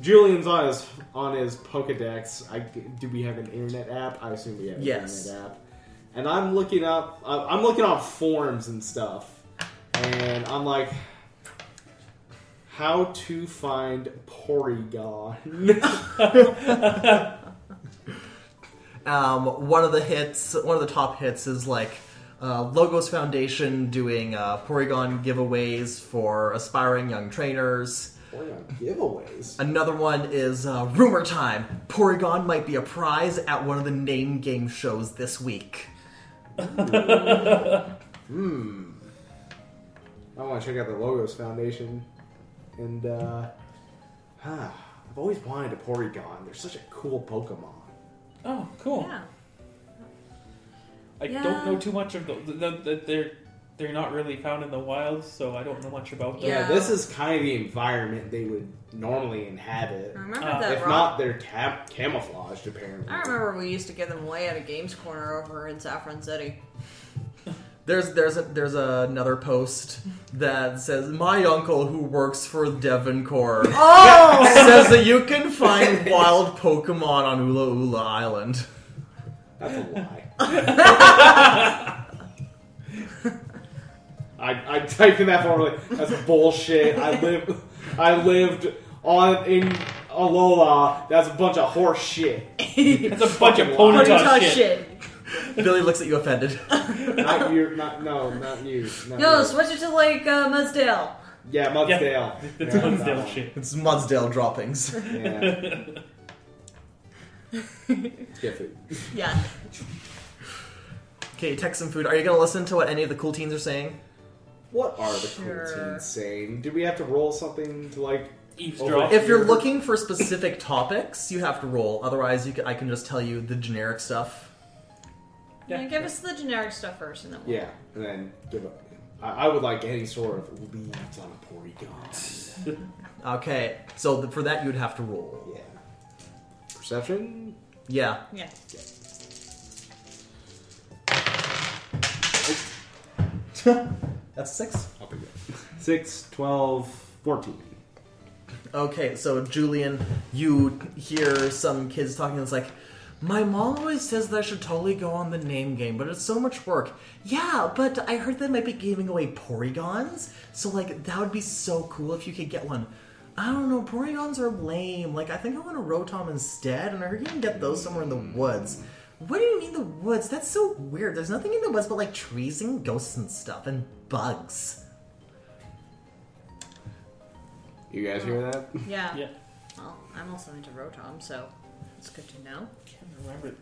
Speaker 5: Julian's on his on his Pokedex. I, do we have an internet app? I assume we have an
Speaker 1: Yes.
Speaker 5: internet app. And I'm looking up. I- I'm looking on forums and stuff, and I'm like, how to find Porygon.
Speaker 1: Um, one of the hits, one of the top hits, is like uh, Logos Foundation doing uh, Porygon giveaways for aspiring young trainers.
Speaker 5: pouring out giveaways.
Speaker 1: Another one is uh, rumor time. Porygon might be a prize at one of the name game shows this week.
Speaker 5: I want to check out the Logos Foundation. And, uh, huh, I've always wanted a Porygon. They're such a cool Pokemon.
Speaker 3: Oh, cool.
Speaker 2: Yeah.
Speaker 3: I
Speaker 2: Yeah.
Speaker 3: don't know too much of the, the, the, the- They're they're not really found in the wild, so I don't know much about them.
Speaker 2: Yeah.
Speaker 5: Yeah, this is kind of the environment they would normally inhabit.
Speaker 2: I remember
Speaker 3: Uh,
Speaker 2: that
Speaker 5: If
Speaker 2: rock.
Speaker 5: not, they're cam- camouflaged, apparently.
Speaker 2: I remember we used to give them away at a games corner over in Saffron City.
Speaker 1: There's there's a, there's another post that says my uncle who works for Devon Corps
Speaker 2: Oh!
Speaker 1: says that you can find wild Pokemon on Ula Ula Island.
Speaker 5: That's a lie. I, I typed in that formally. That's bullshit. I live, I lived on in Alola. That's a bunch of horse shit.
Speaker 3: It's a bunch of
Speaker 5: Ponyta
Speaker 3: ponytail shit.
Speaker 1: Billy looks at you offended.
Speaker 5: Not you. Not no. Not you. Not
Speaker 2: No,
Speaker 5: you.
Speaker 2: switch it to like uh, Mudsdale.
Speaker 5: yeah, Mudsdale. Yeah.
Speaker 3: It's
Speaker 5: that
Speaker 3: Mudsdale
Speaker 5: one.
Speaker 3: shit.
Speaker 1: It's Mudsdale droppings.
Speaker 5: Yeah. Let's Get food.
Speaker 2: Yeah.
Speaker 1: Okay, text some food. Are you gonna listen to what any of the cool teens are saying?
Speaker 5: What are the cool
Speaker 2: Sure.
Speaker 5: teens saying? Do we have to roll something to like?
Speaker 3: Eavesdrop.
Speaker 1: If you're
Speaker 5: Sure.
Speaker 1: looking for specific topics, you have to roll. Otherwise, you can, I can just tell you the generic stuff.
Speaker 3: Yeah.
Speaker 2: Give us the generic stuff first, and then we'll...
Speaker 5: Yeah, and then give up. I, I would like any sort of leads on a Porygon.
Speaker 1: Okay, so th- for that you'd have to roll.
Speaker 5: Yeah. Perception?
Speaker 1: Yeah,
Speaker 2: yeah.
Speaker 1: that's six.
Speaker 5: I'll pick it. 6, 12, 14.
Speaker 1: Okay, so Julian, you hear some kids talking. It's like, my mom always says that I should totally go on the name game, but it's so much work. Yeah, but I heard they might be giving away Porygons, so like that would be so cool if you could get one. I don't know, Porygons are lame. Like I think I want a Rotom instead, and I heard you can get those somewhere in the woods. What do you mean the woods? That's so weird. There's nothing in the woods but like trees and ghosts and stuff and bugs.
Speaker 5: You guys hear that?
Speaker 2: Yeah.
Speaker 3: Yeah.
Speaker 2: Well, I'm also into Rotom, so it's good to know.
Speaker 3: Can't remember.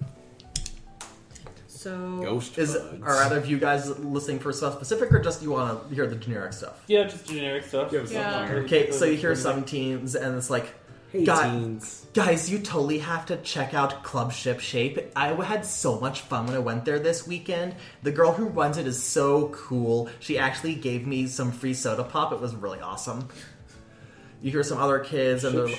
Speaker 2: So
Speaker 5: Ghost
Speaker 1: Is
Speaker 5: bugs.
Speaker 1: are either of you guys listening for stuff specific, or just you want to hear the generic stuff?
Speaker 3: Yeah, just generic stuff.
Speaker 5: Give us
Speaker 2: Yeah.
Speaker 5: something there.
Speaker 1: Okay, so you hear some teens, and it's like,
Speaker 5: Hey,
Speaker 1: God.
Speaker 5: teens.
Speaker 1: guys, you totally have to check out Club Ship Shape. I had so much fun when I went there this weekend. The girl who runs it is so cool. She actually gave me some free soda pop. It was really awesome. You hear some other kids, and
Speaker 5: Shape,
Speaker 1: they're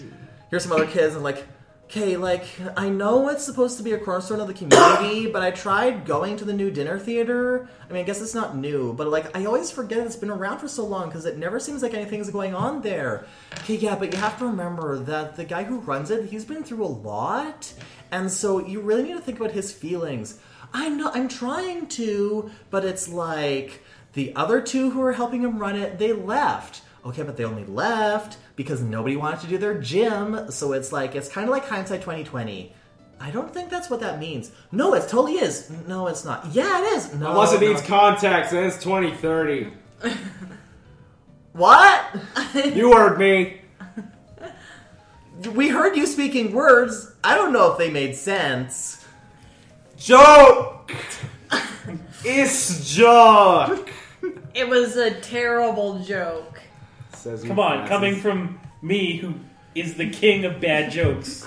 Speaker 5: shape.
Speaker 1: here's some other kids and like okay like i know it's supposed to be a cornerstone of the community but i tried going to the new dinner theater i mean i guess it's not new but like i always forget it's been around for so long because it never seems like anything's going on there okay yeah but you have to remember that the guy who runs it he's been through a lot and so you really need to think about his feelings i'm not i'm trying to but it's like the other two who were helping him run it, they left. Okay, but they only left because nobody wanted to do their gym. So it's like it's kind of like hindsight 2020. I don't think that's what that means. No, it totally is. No, it's not. Yeah, it is. No,
Speaker 5: Unless it
Speaker 1: Oh, no.
Speaker 5: needs contacts, then it's 2030.
Speaker 1: what?
Speaker 5: you heard me.
Speaker 1: We heard you speaking words. I don't know if they made sense.
Speaker 5: Joke! it's joke!
Speaker 2: it was a terrible joke.
Speaker 5: Says
Speaker 3: Come on, coming from me, who is the king of bad jokes.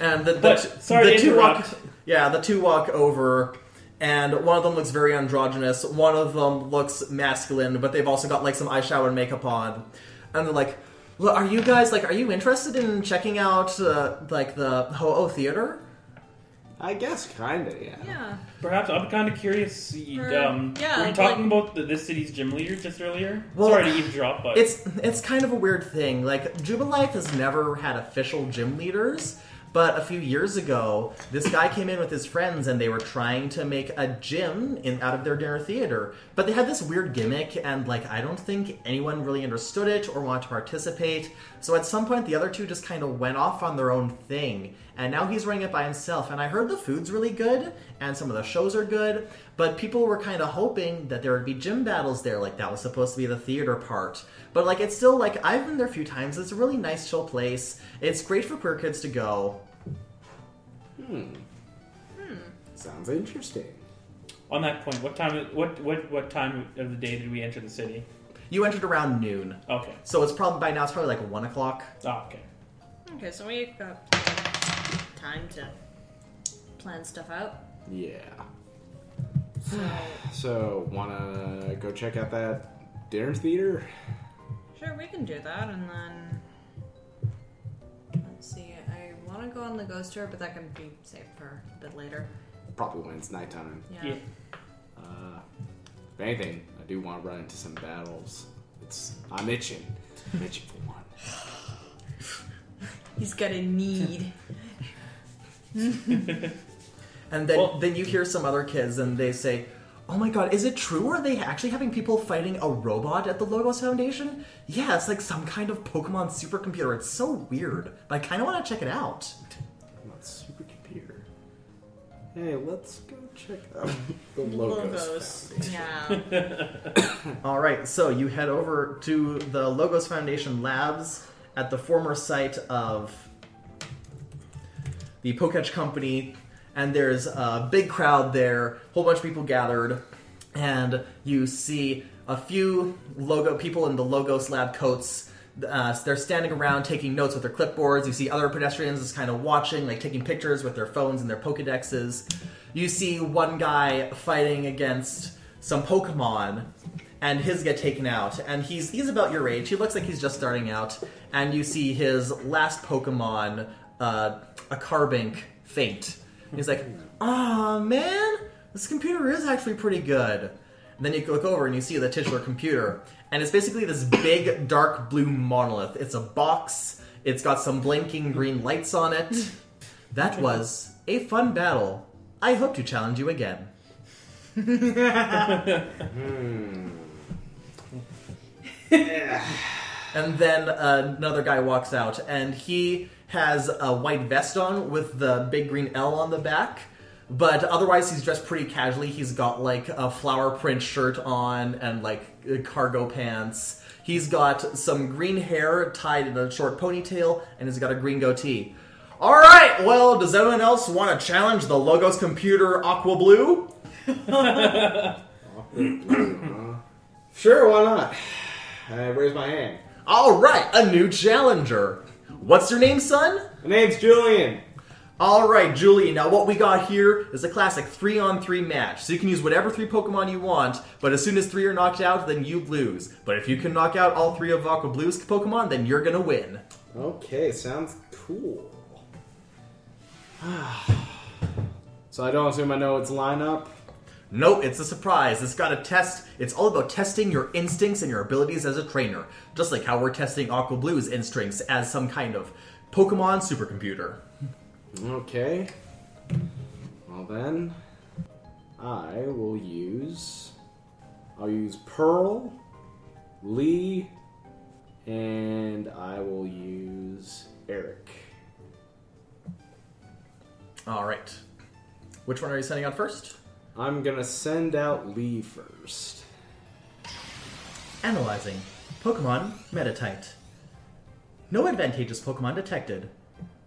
Speaker 1: And the, the,
Speaker 3: But sorry
Speaker 1: the
Speaker 3: to
Speaker 1: two walk,
Speaker 3: interrupt.
Speaker 1: yeah, the two walk over, and one of them looks very androgynous. One of them looks masculine, but they've also got like some eyeshadow and makeup on, and they're like, "Look, are you guys like, are you interested in checking out uh, like the Ho-Oh theater?"
Speaker 5: I guess, kinda, yeah.
Speaker 2: Yeah.
Speaker 3: Perhaps I'm kind of curious. you-
Speaker 2: Or-
Speaker 3: Um,
Speaker 2: yeah,
Speaker 3: were you
Speaker 2: like-
Speaker 3: talking about the, this city's gym leader just earlier?
Speaker 1: Well,
Speaker 3: Sorry to eavesdrop, but
Speaker 1: It's it's kind of a weird thing. Like Jubilife has never had official gym leaders, but a few years ago, this guy came in with his friends and they were trying to make a gym in out of their dinner theater. But they had this weird gimmick and like I don't think anyone really understood it or wanted to participate. So at some point the other two just kind of went off on their own thing. And now he's running it by himself and I heard the food's really good and some of the shows are good, But people were kind of hoping that there would be gym battles there, like that was supposed to be the theater part. But like, it's still like I've been there a few times. It's a really nice, chill place. It's great for queer kids to go.
Speaker 5: Hmm. Sounds interesting.
Speaker 3: On that point, what time? What what what time of the day did we enter the city?
Speaker 1: You entered around noon,
Speaker 3: Okay.
Speaker 1: so it's probably by now it's probably like one o'clock.
Speaker 3: Oh, okay.
Speaker 2: Okay, so we got time to plan stuff out.
Speaker 5: Yeah.
Speaker 2: So
Speaker 5: So, wanna go check out that dinner theater?
Speaker 2: sure, we can do that, and then let's see. I want to go on the ghost tour, but that can be saved for a bit later.
Speaker 5: Probably when it's nighttime.
Speaker 2: Yeah.
Speaker 3: Yeah.
Speaker 5: Uh, if anything, I do want to run into some battles. It's I'm itching. I'm itching for one.
Speaker 2: He's got a need.
Speaker 1: And then
Speaker 3: Well-
Speaker 1: then you hear some other kids and they say, "Oh my god, is it true? Are they actually having people fighting a robot at the Logos Foundation? Yeah, it's like some kind of Pokemon supercomputer. It's so weird. But I kind of want to check it out."
Speaker 5: I'm not supercomputer. Hey, let's go check out the logos.
Speaker 2: Yeah.
Speaker 1: All right, so you head over to the Logos Foundation Labs at the former site of the Poketch Company, and there's a big crowd there, whole bunch of people gathered, and you see a few logo people in the Logos Lab coats. Uh, they're standing around taking notes with their clipboards. You see other pedestrians just kind of watching, like taking pictures with their phones and their Pokedexes. You see one guy fighting against some Pokemon and his get taken out and he's he's about your age he looks like he's just starting out and you see his last pokemon uh, a carbink faint he's like ah man this computer is actually pretty good and then you look over and you see the titular computer and it's basically this big dark blue monolith it's a box it's got some blinking green lights on it that was a fun battle i hope to challenge you again And then another guy walks out, and he has a white vest on with the big green L on the back. But otherwise, he's dressed pretty casually. He's got like a flower print shirt on and like uh, cargo pants. He's got some green hair tied in a short ponytail, and he's got a green goatee. All right, well, does anyone else want to challenge the Logos computer Aqua Blue?
Speaker 5: Sure, why not? I raise my hand.
Speaker 1: All right, a new challenger. What's your name, son?
Speaker 5: My name's Julian.
Speaker 1: All right, Julie. Now what we got here is a classic three-on-three match. So you can use whatever three Pokemon you want, but as soon as three are knocked out, then you lose. But if you can knock out all three of Aqua Blue's Pokemon, then you're gonna win.
Speaker 5: Okay, sounds cool. so I don't assume I know its lineup.
Speaker 1: No, it's a surprise. It's got a test. It's all about testing your instincts and your abilities as a trainer, just like how we're testing Aqua Blue's instincts as some kind of Pokemon supercomputer.
Speaker 5: Okay. Well then, I will use. I'll use Pearl, Lee, and I will use Eric.
Speaker 1: All right. Which one are you sending out first?
Speaker 5: I'm gonna send out Lee first.
Speaker 1: Analyzing. Pokemon Metatite. No advantageous Pokemon detected.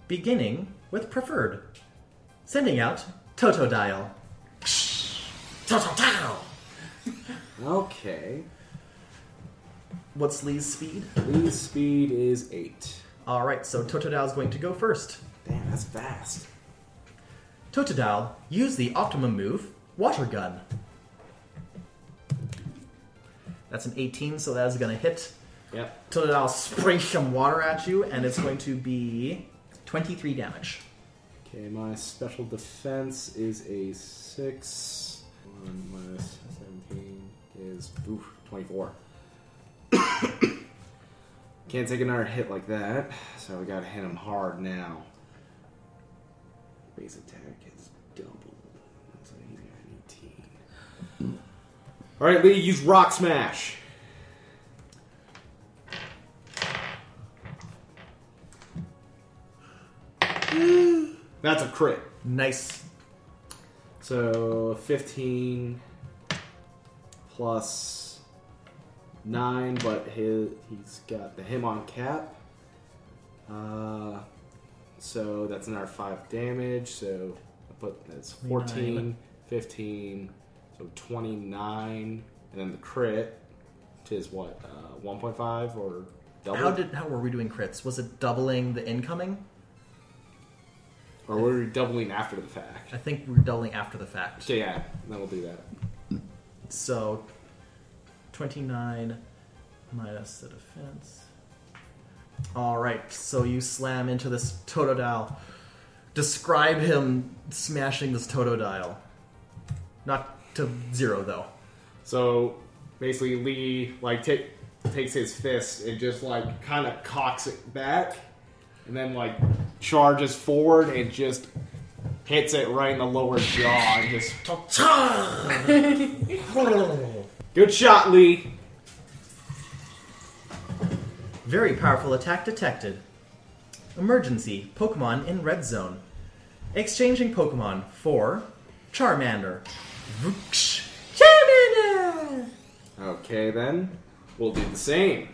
Speaker 1: Beginning with preferred. Sending out Totodile. Totodile!
Speaker 5: Okay.
Speaker 1: What's Lee's speed?
Speaker 5: Lee's speed is eight.
Speaker 1: Alright, so Totodile's going to go first.
Speaker 5: Damn, that's fast.
Speaker 1: Totodile, use the optimum move, Water Gun. That's an 18, so that is going to hit.
Speaker 5: Yep.
Speaker 1: Totodile springs some water at you, and it's going to be 23 damage.
Speaker 5: Okay, my special defense is a six. One minus seventeen is oof, twenty-four. Can't take another hit like that, so we gotta hit him hard now. Base attack is doubled. So he's got an eighteen. Alright, Lee, use Rock Smash. That's a crit.
Speaker 1: Nice.
Speaker 5: So 15 plus 9, but his, he's got the him on cap. Uh, so that's another 5 damage. So I put that's 14, 15, so 29, and then the crit, which is what, uh, 1.5 or double?
Speaker 1: How did how were we doing crits? Was it doubling the incoming?
Speaker 5: or we're we doubling after the fact.
Speaker 1: I think we're doubling after the fact.
Speaker 5: So yeah, then we'll do that.
Speaker 1: So, 29 minus the defense. Alright, so you slam into this Totodile. Describe him smashing this Totodile. Not to zero, though.
Speaker 5: So basically, Lee like take, takes his fist and just like kind of cocks it back, and then like charges forward and just hits it right in the lower jaw and just good shot, Lee.
Speaker 1: Very powerful attack detected. Emergency Pokemon in red zone. Exchanging Pokemon for Charmander. Vrooksh. Charmander!
Speaker 5: Okay, then we'll do the same,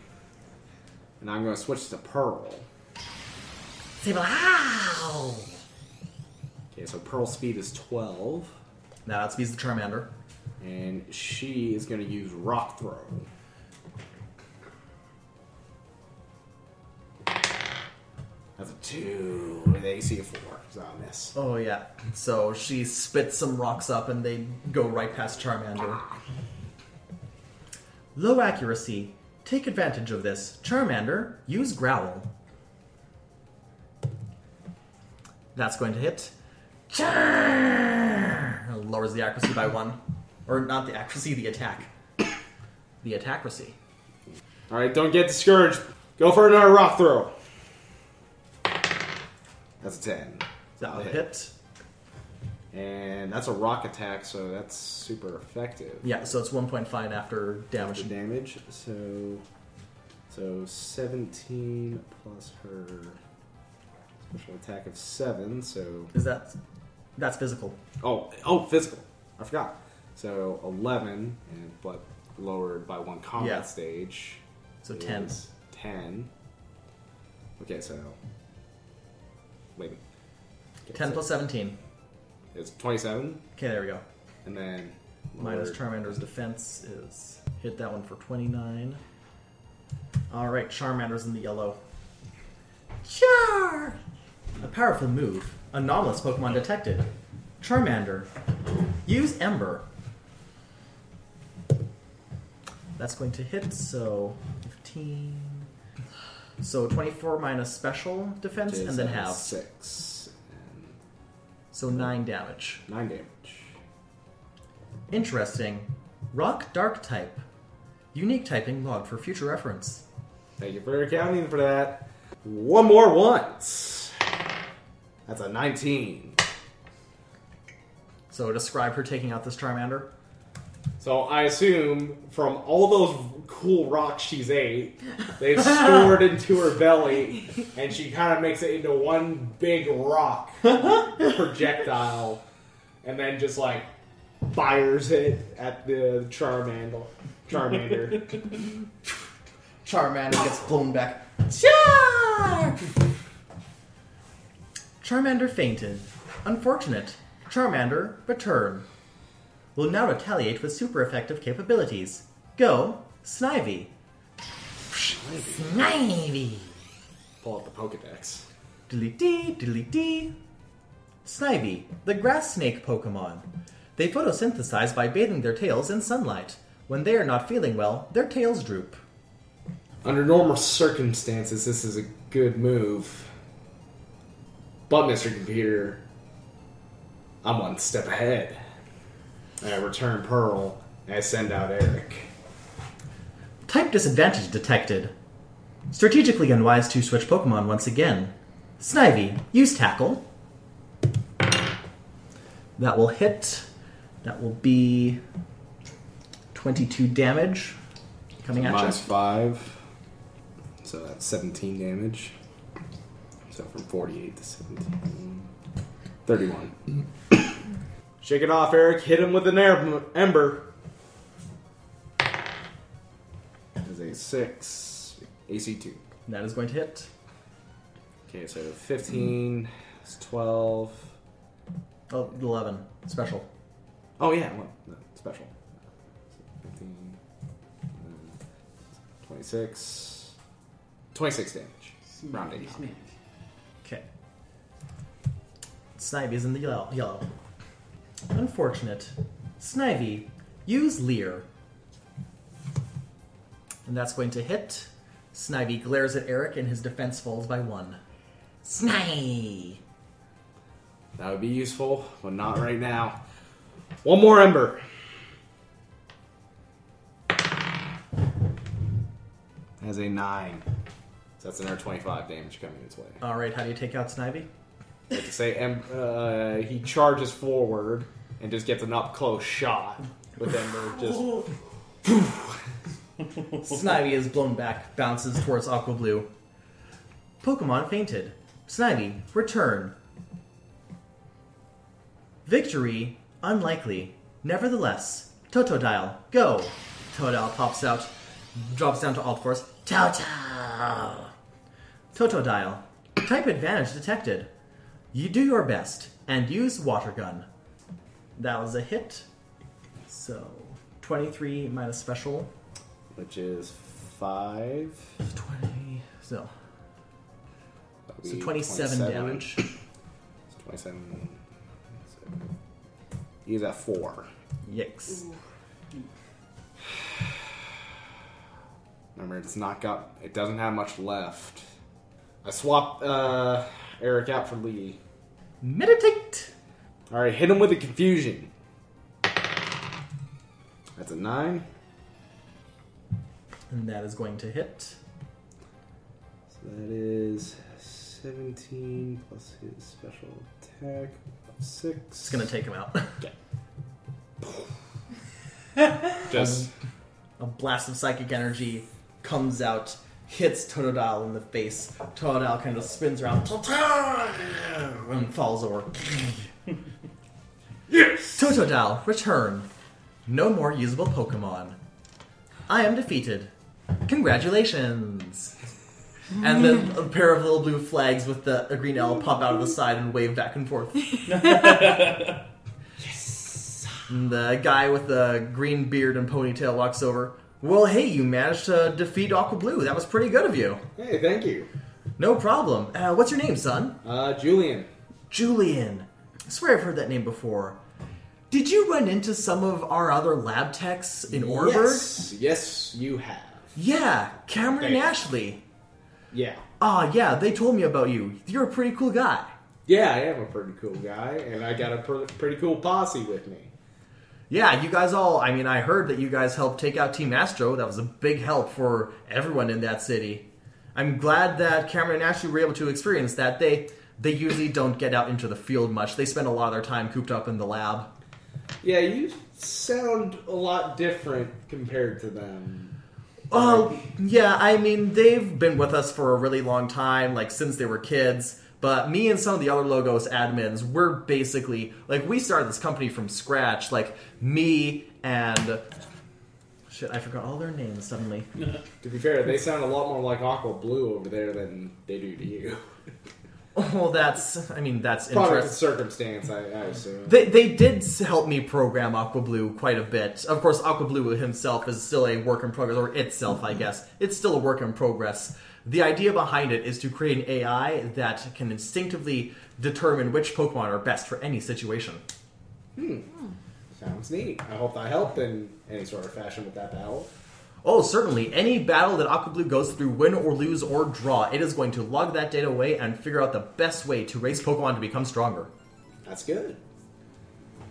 Speaker 5: and I'm gonna switch to Pearl.
Speaker 1: Sable, how?
Speaker 5: Okay, so Pearl speed is twelve,
Speaker 1: Now that speeds the Charmander.
Speaker 5: and she is gonna use Rock Throw. That's a two with AC of four, so I miss.
Speaker 1: Oh yeah. So she spits some rocks up and they go right past Charmander. Low accuracy. Take advantage of this. Charmander, use Growl. That's going to hit. Char! Lowers the accuracy by one. Or not the accuracy, the attack. The attackeracy.
Speaker 5: All right, don't get discouraged. Go for another Rock Throw. That's a ten,
Speaker 1: That'll
Speaker 5: Okay.
Speaker 1: hit.
Speaker 5: and that's a Rock attack, so that's super effective.
Speaker 1: Yeah, so it's 1.5 after damage.
Speaker 5: damage. damage. So, so seventeen plus her special attack of seven. So,
Speaker 1: Is that. That's physical.
Speaker 5: oh, oh, physical. I forgot. So eleven, and but lowered by one combat
Speaker 1: Yeah.
Speaker 5: stage.
Speaker 1: So 10.
Speaker 5: is Ten. Okay, so wait. Okay,
Speaker 1: 10
Speaker 5: so
Speaker 1: plus 17.
Speaker 5: it's twenty-seven,
Speaker 1: Okay, there we go.
Speaker 5: and then
Speaker 1: Minus
Speaker 5: lowered-
Speaker 1: Charmander's defense is hit that one for 29. All right, Charmander's in the yellow. Char! A powerful move. Anomalous Pokemon detected. Charmander. Use Ember. That's going to hit, so 15. So 24 minus special defense,
Speaker 5: is,
Speaker 1: and then
Speaker 5: uh,
Speaker 1: half.
Speaker 5: six, and
Speaker 1: So 9 damage.
Speaker 5: nine damage.
Speaker 1: Interesting. Rock Dark type. Unique typing logged for future reference.
Speaker 5: Thank you for accounting for that. One more once. That's a 19.
Speaker 1: So describe her taking out this Charmander.
Speaker 5: So I assume from all those cool rocks she's ate, they've stored into her belly, and she kind of makes it into one big rock projectile, and then just like fires it at the Charmander. Charmander.
Speaker 1: Charmander gets blown back. Char! Charmander fainted. Unfortunate. Charmander, return. Will now retaliate with super effective capabilities. Go, Snivy. Snivy!
Speaker 5: Pull out the Pokedex.
Speaker 1: Dilly dee, dilly dee. Snivy, the grass snake Pokemon. They photosynthesize by bathing their tails in sunlight. When they are not feeling well, their tails droop.
Speaker 5: Under normal circumstances, this is a good move. But, Mr. Computer, I'm one step ahead. And I return Pearl, and I send out Eric.
Speaker 1: Type disadvantage detected. Strategically unwise to switch Pokemon once again. Snivy, use Tackle. That will hit. That will be 22 damage coming at you.
Speaker 5: 5. So that's 17 damage. So from 48 to 17. 31. Shake it off, Eric. Hit him with an em- ember. That is a six. AC two.
Speaker 1: That is going to hit.
Speaker 5: Okay, so fifteen. It's twelve.
Speaker 1: Oh, 11. Special.
Speaker 5: Oh yeah, well, no, special. Fifteen. uh, Twenty-six. Twenty-six damage. Rounding. up.
Speaker 1: Okay. Snivy is in the yellow. yellow. Unfortunate. Snivy, use Leer. And that's going to hit. Snivy glares at Eric and his defense falls by one. Snivy!
Speaker 5: That would be useful, but not right now. One more ember. Has a nine. So that's another twenty-five damage coming its way.
Speaker 1: Alright, how do you take out Snivy?
Speaker 5: Like to say, em- uh, he charges forward and just gets an up-close shot with ember. Just
Speaker 1: Snivy is blown back, bounces towards Aqua Blue. Pokemon fainted. Snivy, return. Victory, unlikely. Nevertheless, Totodile, go! Totodile pops out, drops down to all fours. Toto! Totodile, type advantage detected. You do your best, and use Water Gun. That was a hit. So, 23 minus special,
Speaker 5: which is five.
Speaker 1: 20. So,
Speaker 5: That would
Speaker 1: So
Speaker 5: be
Speaker 1: 27 damage.
Speaker 5: It's Twenty-seven. so He's at four.
Speaker 1: yikes.
Speaker 5: Remember, it's not got. It doesn't have much left. I swapped uh, Eric out for Lee.
Speaker 1: Meditate!
Speaker 5: All right, hit him with a confusion. That's a nine.
Speaker 1: And that is going to hit.
Speaker 5: So that is seventeen plus his special attack plus six.
Speaker 1: It's gonna take him out.
Speaker 5: just
Speaker 1: A blast of psychic energy comes out, hits Totodile in the face. Totodile kind of spins around and falls over. Yes! Totodile, return. No more usable Pokemon. I am defeated. Congratulations! And then a pair of little blue flags with the a green L pop out of the side and wave back and forth. And the guy with the green beard and ponytail walks over. Well, hey, you managed to defeat Aqua Blue. That was pretty good of you.
Speaker 5: hey, thank you,
Speaker 1: No problem. Uh, what's your name, son?
Speaker 5: uh, Julian.
Speaker 1: Julian. I swear I've heard that name before. Did you run into some of our other lab techs in Orberg?
Speaker 5: Yes, yes, you have.
Speaker 1: Yeah, Cameron and
Speaker 5: Damn.
Speaker 1: Ashley.
Speaker 5: Yeah,
Speaker 1: Ah, yeah, they told me about you. You're a pretty cool guy.
Speaker 5: yeah, I am a pretty cool guy, and I got a pr- pretty cool posse with me.
Speaker 1: Yeah, you guys all. I mean, I heard that you guys helped take out Team Astro. That was a big help for everyone in that city. I'm glad that Cameron and Ashley were able to experience that. They they usually don't get out into the field much. They spend a lot of their time cooped up in the lab.
Speaker 5: Yeah, you sound a lot different compared to them.
Speaker 1: Oh, yeah, I mean, they've been with us for a really long time, like since they were kids. But me and some of the other Logos admins, we're basically, like, we started this company from scratch. Like, me and. Shit, I forgot all their names suddenly.
Speaker 5: To be fair, they sound a lot more like Aqua Blue over there than they do to you.
Speaker 1: Well, that's. I mean, that's
Speaker 5: Probably the
Speaker 1: interesting.
Speaker 5: circumstance, I, I assume.
Speaker 1: They, they did s- help me program Aqua Blue quite a bit. Of course, Aqua Blue himself is still a work in progress, or itself, I guess. It's still a work in progress. The idea behind it is to create an AI that can instinctively determine which Pokemon are best for any situation.
Speaker 5: Sounds neat. I hope I helped in any sort of fashion with that battle.
Speaker 1: Oh, certainly. Any battle that Aqua Blue goes through, win or lose or draw, it is going to log that data away and figure out the best way to raise Pokemon to become stronger.
Speaker 5: That's good.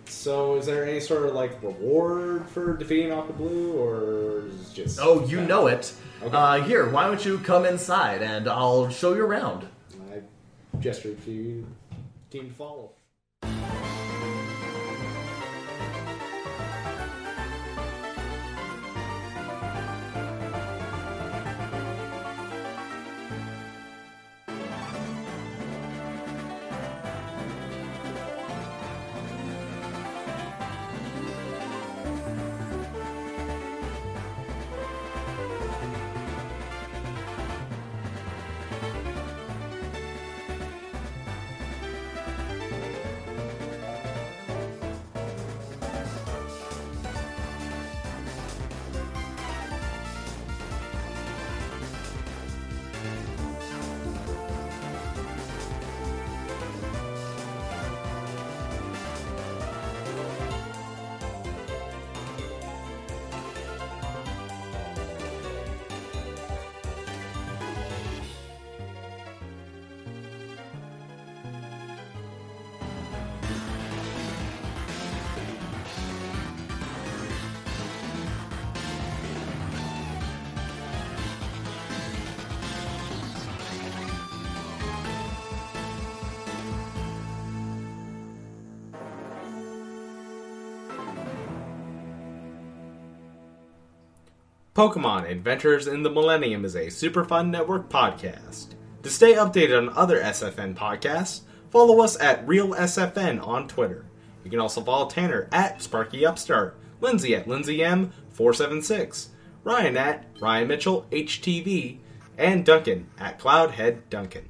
Speaker 5: So, is there any sort of like reward for defeating Aqua Blue, or is it just?
Speaker 1: Oh, you know it.
Speaker 5: Okay.
Speaker 1: Uh, here, why don't you come inside and I'll show you around.
Speaker 5: I gestured to you, team to follow. Pokemon Adventures in the Millennium is a Superfund Network podcast. To stay updated on other SFN podcasts, follow us at RealSFN on Twitter. You can also follow Tanner at SparkyUpstart, Lindsay at LindsayM476, Ryan at Ryan Mitchell HTV, and Duncan at CloudheadDuncan.